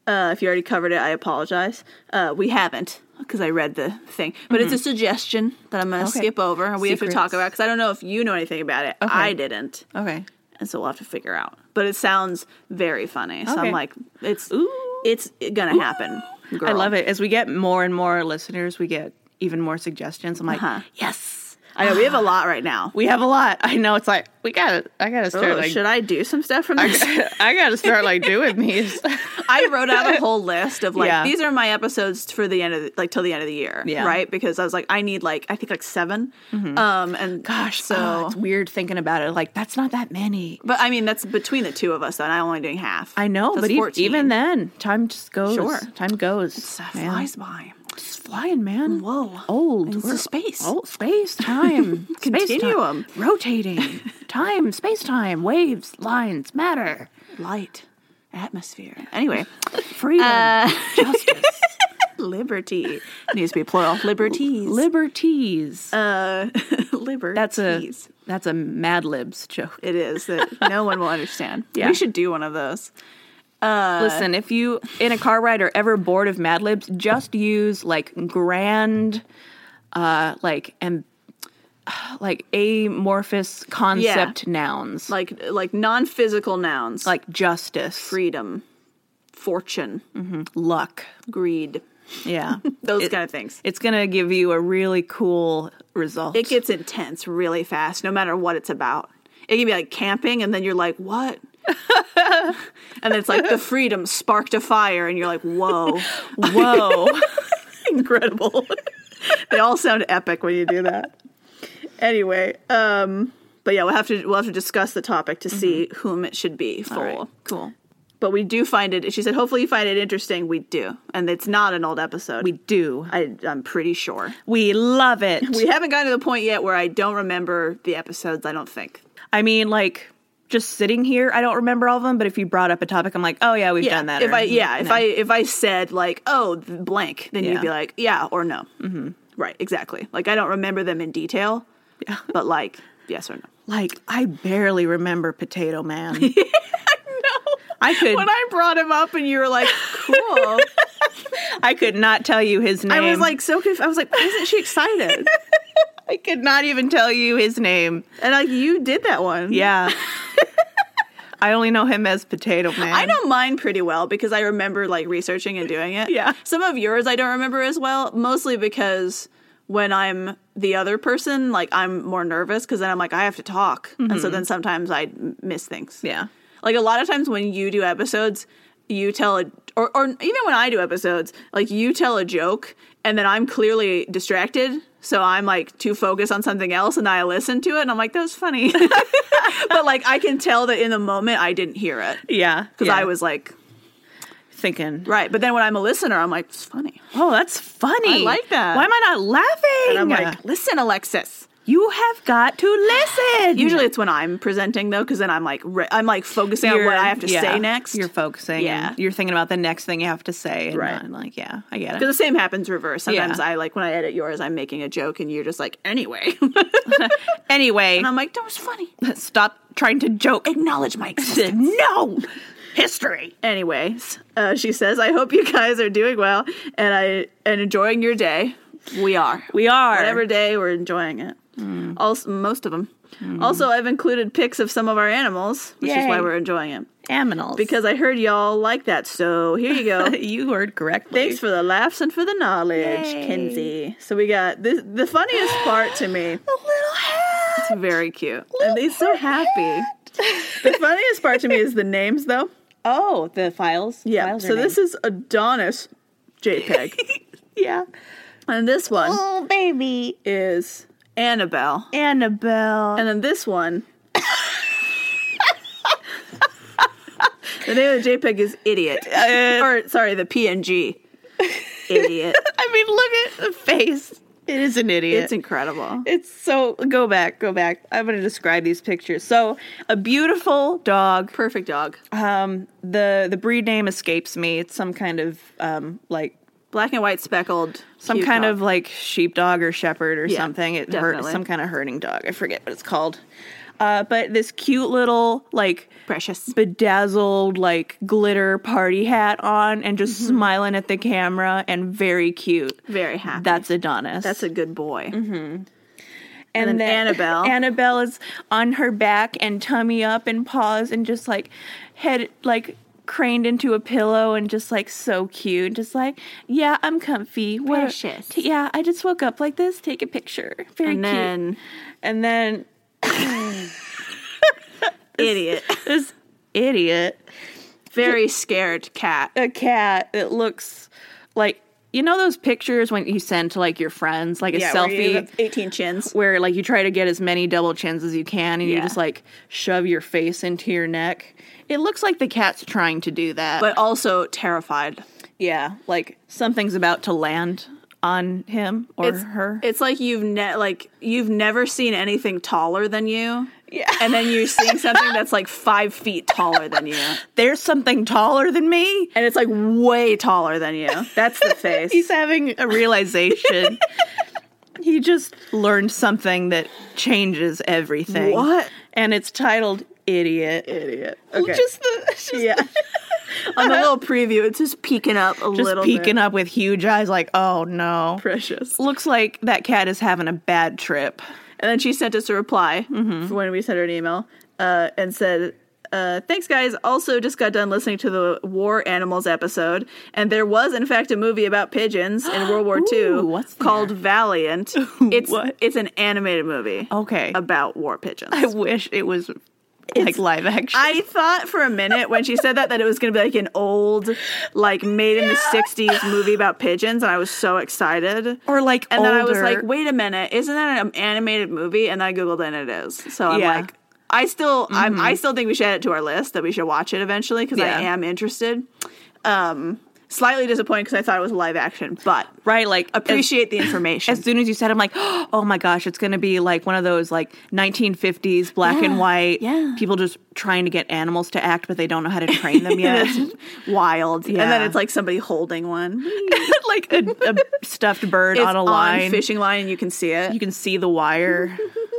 B: Uh, if you already covered it, I apologize. Uh, we haven't because I read the thing, but it's a suggestion that I'm going to
A: Mm-hmm. Okay.
B: skip over and we have
A: Secrets.
B: to talk about because I don't know if you know anything about it. I didn't,
A: Okay.
B: and so we'll have to figure out. But it sounds very funny, so
A: Okay.
B: I'm like, it's
A: Ooh.
B: it's gonna happen.
A: I
B: girl.
A: love it. As we get more and more listeners, we get even more suggestions. I'm like,
B: Uh-huh.
A: yes,
B: I know we have a lot right now.
A: we have a lot. I know it's like we got to I gotta start
B: Oh,
A: like
B: should I do some stuff from this?
A: (laughs)
B: (laughs)
A: I gotta start like doing (laughs) these.
B: I
A: (laughs)
B: wrote out a whole list of like
A: Yeah.
B: these are my episodes for the end of the, like till the end of the year,
A: Yeah. Mm-hmm.
B: right? Because I was like, I need like I think like 7 um, and gosh, so
A: (laughs) Oh, it's weird thinking about it. Like that's not that many.
B: but I mean that's between the two of us, though, and I'm only doing half.
A: I know,
B: That's
A: but e-
B: 14.
A: even then, time just goes.
B: Sure.
A: time goes.
B: Stuff
A: man.
B: flies by.
A: It's flying, man.
B: Whoa.
A: Old.
B: It's
A: We're
B: a space.
A: Oh, space (laughs) time. Space time.
B: Continuum.
A: Rotating. (laughs) time, space time, waves, lines, matter,
B: light, atmosphere.
A: (laughs)
B: Anyway,
A: freedom, (laughs) justice,
B: liberty it needs to be plural. Liberties.
A: liberties.
B: uh, liberties.
A: that's a that's a Mad Libs joke.
B: It is that no one will understand.
A: (laughs) Yeah.
B: We should do one of those. Uh,
A: Listen, if you in a car ride are ever bored of Mad Libs, just use like grand, uh, like and (sighs) like amorphous concept nouns like,
B: Like like non physical nouns
A: justice,
B: freedom, fortune,
A: Mm-hmm. luck.
B: greed, (laughs)
A: Yeah,
B: those
A: It-
B: kind of things.
A: It's gonna give you a really cool result.
B: It gets
A: (laughs)
B: intense really fast, no matter what it's about. It can be like camping, and then you're like, what? and it's like the freedom sparked a fire, and you're
A: (laughs)
B: like, whoa,
A: Whoa.
B: incredible. they all sound epic when you do that. Anyway, um, but yeah, we'll have to we'll have to discuss the topic to see whom it should be for.
A: Mm-hmm. All right, Cool.
B: But we do find it. She said, "Hopefully, you find it interesting." We do, and it's not an old episode.
A: We do.
B: I, I'm pretty sure.
A: We love it.
B: We haven't gotten to the point yet where I don't remember the episodes. I don't think.
A: I mean, like, just sitting here, I don't remember all of them, but if you brought up a topic, I'm like, oh, yeah, we've done that.
B: If
A: or-
B: I yeah, if
A: No.
B: I if I said like oh th- blank, then
A: Yeah.
B: you'd be like yeah or no. Mm-hmm. Right, exactly. Like I don't remember them in detail. Yeah, (laughs) but like yes
A: (laughs)
B: or no.
A: Like, I barely remember Potato
B: (laughs)
A: Man. I could
B: When I brought him up and you were like
A: (laughs)
B: cool,
A: I could not tell you his
B: I
A: name.
B: was like so confused. I was like, why isn't she
A: (laughs)
B: excited?
A: I could not even tell you his name.
B: and like you did that one. (laughs)
A: Yeah. I only know him as Potato Man.
B: I know mine pretty well because I remember like researching and doing it.
A: Yeah.
B: Some of yours I don't remember as well, mostly because when I'm the other person, like I'm more nervous because then I'm like, I have to talk. And so then sometimes I m- miss things.
A: Mm-hmm. Yeah.
B: Like a lot of times when you do episodes, you tell a, or, or even when I do episodes, like you tell a joke and then I'm clearly distracted. So I'm like too focused on something else and I listen to it and I'm like, that was funny. (laughs) but like I can tell that in the moment I didn't hear it
A: Yeah.
B: because
A: yeah.
B: I was like,
A: thinking,
B: right. But then when I'm a listener, I'm like, it's funny.
A: oh, that's funny.
B: I like that.
A: Why am I not laughing?
B: And I'm like, listen, Alexis.
A: you have got to listen.
B: Usually it's when I'm presenting though, because then I'm like, re- I'm like focusing on what I have to
A: yeah,
B: say next.
A: You're
B: Because
A: focusing.
B: Yeah.
A: and You're thinking about the next thing you have to say. And
B: Right.
A: not, like, yeah, I get it.
B: the same happens reverse. Sometimes
A: Yeah.
B: I like when I edit yours, I'm making a joke, and you're just like, anyway. (laughs)
A: Anyway,
B: I'm like, that was funny.
A: stop trying to joke.
B: Acknowledge my
A: (laughs)
B: existence.
A: no! History.
B: Anyways, uh, she says, I hope you guys are doing well and I and enjoying your day. We are.
A: We are.
B: Whatever day we're enjoying it.
A: Hmm.
B: Also, most of them. Also, I've included pics of some of our animals, which is
A: Yay.
B: why we're enjoying it.
A: Aminals.
B: Because I heard y'all like that, so here you
A: (laughs)
B: go.
A: you heard correctly.
B: Thanks for the laughs and for the knowledge,
A: Yay.
B: Kinsey. So we got this, the funniest part
A: (gasps)
B: to me.
A: the little hat.
B: It's very cute. And he's so
A: (laughs)
B: happy. the funniest part to me is the names, though.
A: Oh, the files.
B: Yeah. so this is Adonis JPEG.
A: (laughs) yeah.
B: and this one
A: Oh, baby.
B: is Annabelle.
A: Annabelle.
B: And then this one. the name of the JPEG is
A: (laughs)
B: Idiot.
A: Uh,
B: or, sorry, the PNG.
A: (laughs)
B: Idiot.
A: I mean, look at the face. It is an idiot.
B: It's incredible.
A: It's so go back, go back. I'm going to describe these pictures. So, a beautiful dog.
B: Perfect dog.
A: Um, the the breed name escapes me. It's some kind of um like
B: Black and white speckled.
A: some kind of like sheepdog or shepherd or
B: Yeah,
A: something. It hurt
B: definitely.
A: some kind of herding dog. I forget what it's called. Uh, but this cute little like
B: precious.
A: bedazzled like glitter party hat on and just
B: Mm-hmm.
A: smiling at the camera and very cute.
B: Very happy.
A: That's Mm-hmm. Adonis.
B: That's a good boy.
A: and,
B: then Annabelle.
A: (laughs) Annabelle is on her back and tummy up and paws and just like head like craned into a pillow and just like so cute. Just like, yeah, I'm comfy. What-
B: Precious.
A: t- yeah, I just woke up like this. Take a picture. Very
B: And
A: cute.
B: then
A: and then (laughs)
B: idiot.
A: this idiot,
B: Very scared cat.
A: a cat that looks like you know those pictures when you send to like your friends, like a selfie.
B: Eighteen chins.
A: where like you try to get as many double chins as you can and you
B: Yeah.
A: just like shove your face into your neck. It looks like the cat's trying to do that.
B: But also terrified.
A: yeah, like something's about to land on him or
B: It's
A: her.
B: It's like you've ne- like you've never seen anything taller than you.
A: Yeah.
B: And then
A: (laughs)
B: you're seeing something that's like five feet taller than you.
A: There's something taller than me.
B: And it's like way taller than you. That's
A: (laughs)
B: the face.
A: He's having a (laughs) realization. he just learned something that changes everything.
B: What?
A: And it's titled Idiot.
B: idiot. Okay.
A: Just the (laughs) just
B: yeah. On the little preview, it's just peeking up a
A: just
B: little
A: peeking
B: bit.
A: up with huge eyes like, "Oh no."
B: Precious.
A: Looks like that cat is having a bad trip.
B: And then she sent us a reply
A: Mm-hmm.
B: for when we sent her an email uh, and said, uh, Thanks, guys. Also, just got done listening to the War Animals episode. And there was, in fact, a movie about pigeons in World
A: (gasps)
B: War
A: Ooh,
B: II
A: what's that?
B: called
A: (laughs)
B: Valiant. It's,
A: What? Oh.
B: it's an animated movie
A: Okay.
B: about war pigeons.
A: I wish it was like live action.
B: I thought for a minute when she said that that it was going to be like an old, like made
A: (laughs)
B: in the '60s movie about pigeons, and I was so excited. And
A: or like and
B: then I was like, "Wait a minute, isn't that an animated movie?" And then I googled it, and it is. So I'm
A: Yeah. Mm-hmm.
B: like, I still, I'm, I still think we should add it to our list that we should watch it eventually because
A: Yeah.
B: I am interested. Um, slightly disappointed because I thought it was live action, but
A: right, like as-
B: appreciate the
A: (laughs)
B: information.
A: as soon as you said, I'm like, (gasps) oh my gosh, it's gonna be like one of those like 1950s black and white
B: yeah.
A: people just trying to get animals to act, but they don't know how to train them (laughs) yet.
B: That's (laughs) wild. And then
A: Yeah.
B: it's like somebody holding one
A: like a, a stuffed bird
B: It's
A: on a line.
B: fishing line, and you can see it.
A: You can see the wire.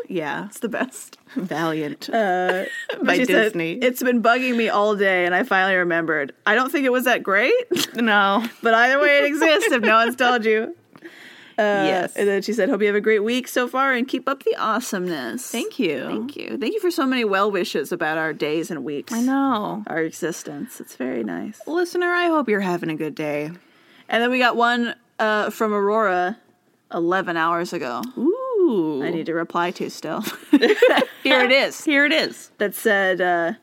A: yeah,
B: It's the best.
A: (laughs) Valiant (laughs)
B: But
A: Uh, by
B: she said,
A: Disney.
B: it's been bugging me all day, and I finally remembered. I don't think it was that great,
A: no,
B: but either way, it exists if no one's told you. Uh,
A: Yes.
B: And then she said, Hope you have a great week so far and keep up the awesomeness.
A: thank you.
B: Thank you. Thank you for so many well wishes about our days and weeks.
A: I know.
B: Our existence. It's very nice.
A: Listener, I hope you're having a good day.
B: And then we got one uh, from Aurora 11 hours ago.
A: Ooh.
B: I need to reply
A: (laughs)
B: to still. Here it is.
A: Here it is.
B: That said, uh,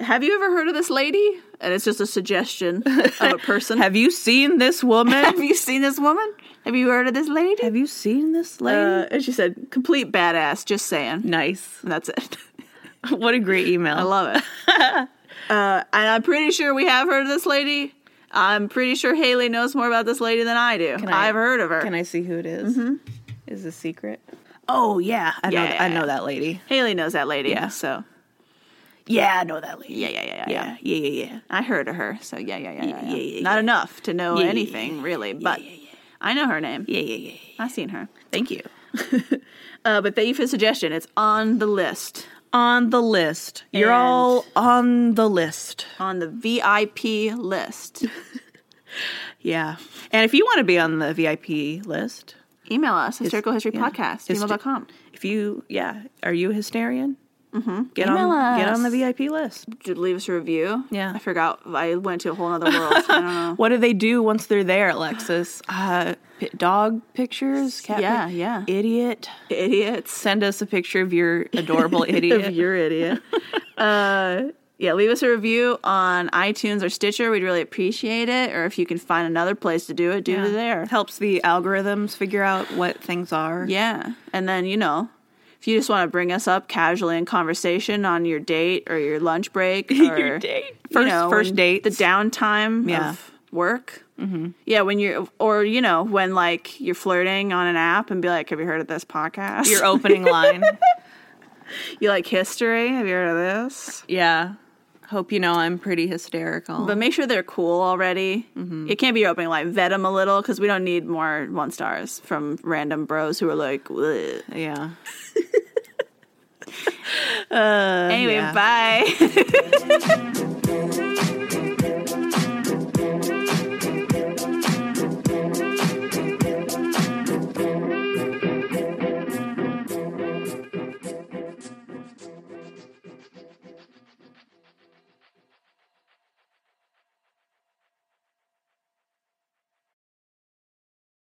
B: have you ever heard of this lady? And it's just a suggestion
A: (laughs)
B: of a person.
A: Have you seen this woman?
B: Have you seen this woman? Have you heard of this
A: (laughs)
B: lady?
A: Have you seen this lady?
B: Uh, and she said, complete badass, just saying.
A: nice. (laughs)
B: And that's it. (laughs)
A: What a great email.
B: I love it. (laughs) uh, and I'm pretty sure we have heard of this lady. I'm pretty sure Haley knows more about this lady than I do.
A: I-
B: I've heard of her.
A: Can I see who it is? Is a secret?
B: oh, yeah.
A: Mm-hmm. I know. I
B: Yeah.
A: know that lady.
B: Haley knows that lady. Yeah. So,
A: Yeah, I know that lady.
B: yeah, yeah, yeah, yeah. yeah.
A: Yeah, yeah, yeah, yeah.
B: I heard of her, so yeah, yeah, yeah, yeah. yeah.
A: yeah, yeah,
B: Not enough to know
A: Yeah, yeah,
B: anything really, but I know her name.
A: Yeah, yeah, yeah. yeah.
B: I've seen her.
A: Thank you.
B: (laughs) Uh, but thank you for the suggestion. It's on the list,
A: On the list. You're all
B: And-
A: on the list.
B: on the VIP
A: (laughs)
B: list.
A: Yeah. And if you want to be on the VIP list,
B: Email us historical history
A: yeah.
B: podcast
A: Histo-
B: gmail.com.
A: if you, yeah, are you a hysterian? Mm-hmm. Get
B: Email
A: on, get
B: us.
A: on the VIP list.
B: Did leave us a review.
A: Yeah.
B: I forgot. I went to a whole other world. I
A: (laughs)
B: don't know.
A: What do they do once they're there, Alexis? (sighs) Uh, pi dog pictures, cat
B: Yeah,
A: pic-
B: yeah.
A: idiot.
B: Idiots. (laughs)
A: Send us a picture (laughs) of your adorable idiot. (laughs)
B: If you're idiot. uh, yeah, leave us a review on iTunes or Stitcher. We'd really appreciate it. Or if you can find another place to do it, do
A: Yeah.
B: it there.
A: helps the algorithms figure out what things are.
B: Yeah. And then, you know, if you just want to bring us up casually in conversation on your date or your lunch break
A: (laughs)
B: or
A: (laughs) Your date. First- first
B: when
A: dates.
B: the downtime
A: Yeah.
B: of work. Mm-hmm. Yeah, when you're, or, you know, when like you're flirting on an app and be like, have you heard of this podcast?
A: Your opening (laughs) line.
B: (laughs) you like history? Have you heard of this?
A: Yeah. Hope you know I'm pretty hysterical.
B: But make sure they're cool already.
A: Mm-hmm.
B: It can't be your opening line. Vet them a little because we don't need more one stars from random bros who are like, Bleh.
A: yeah.
B: anyway,
A: Uh, yeah.
B: (laughs) bye.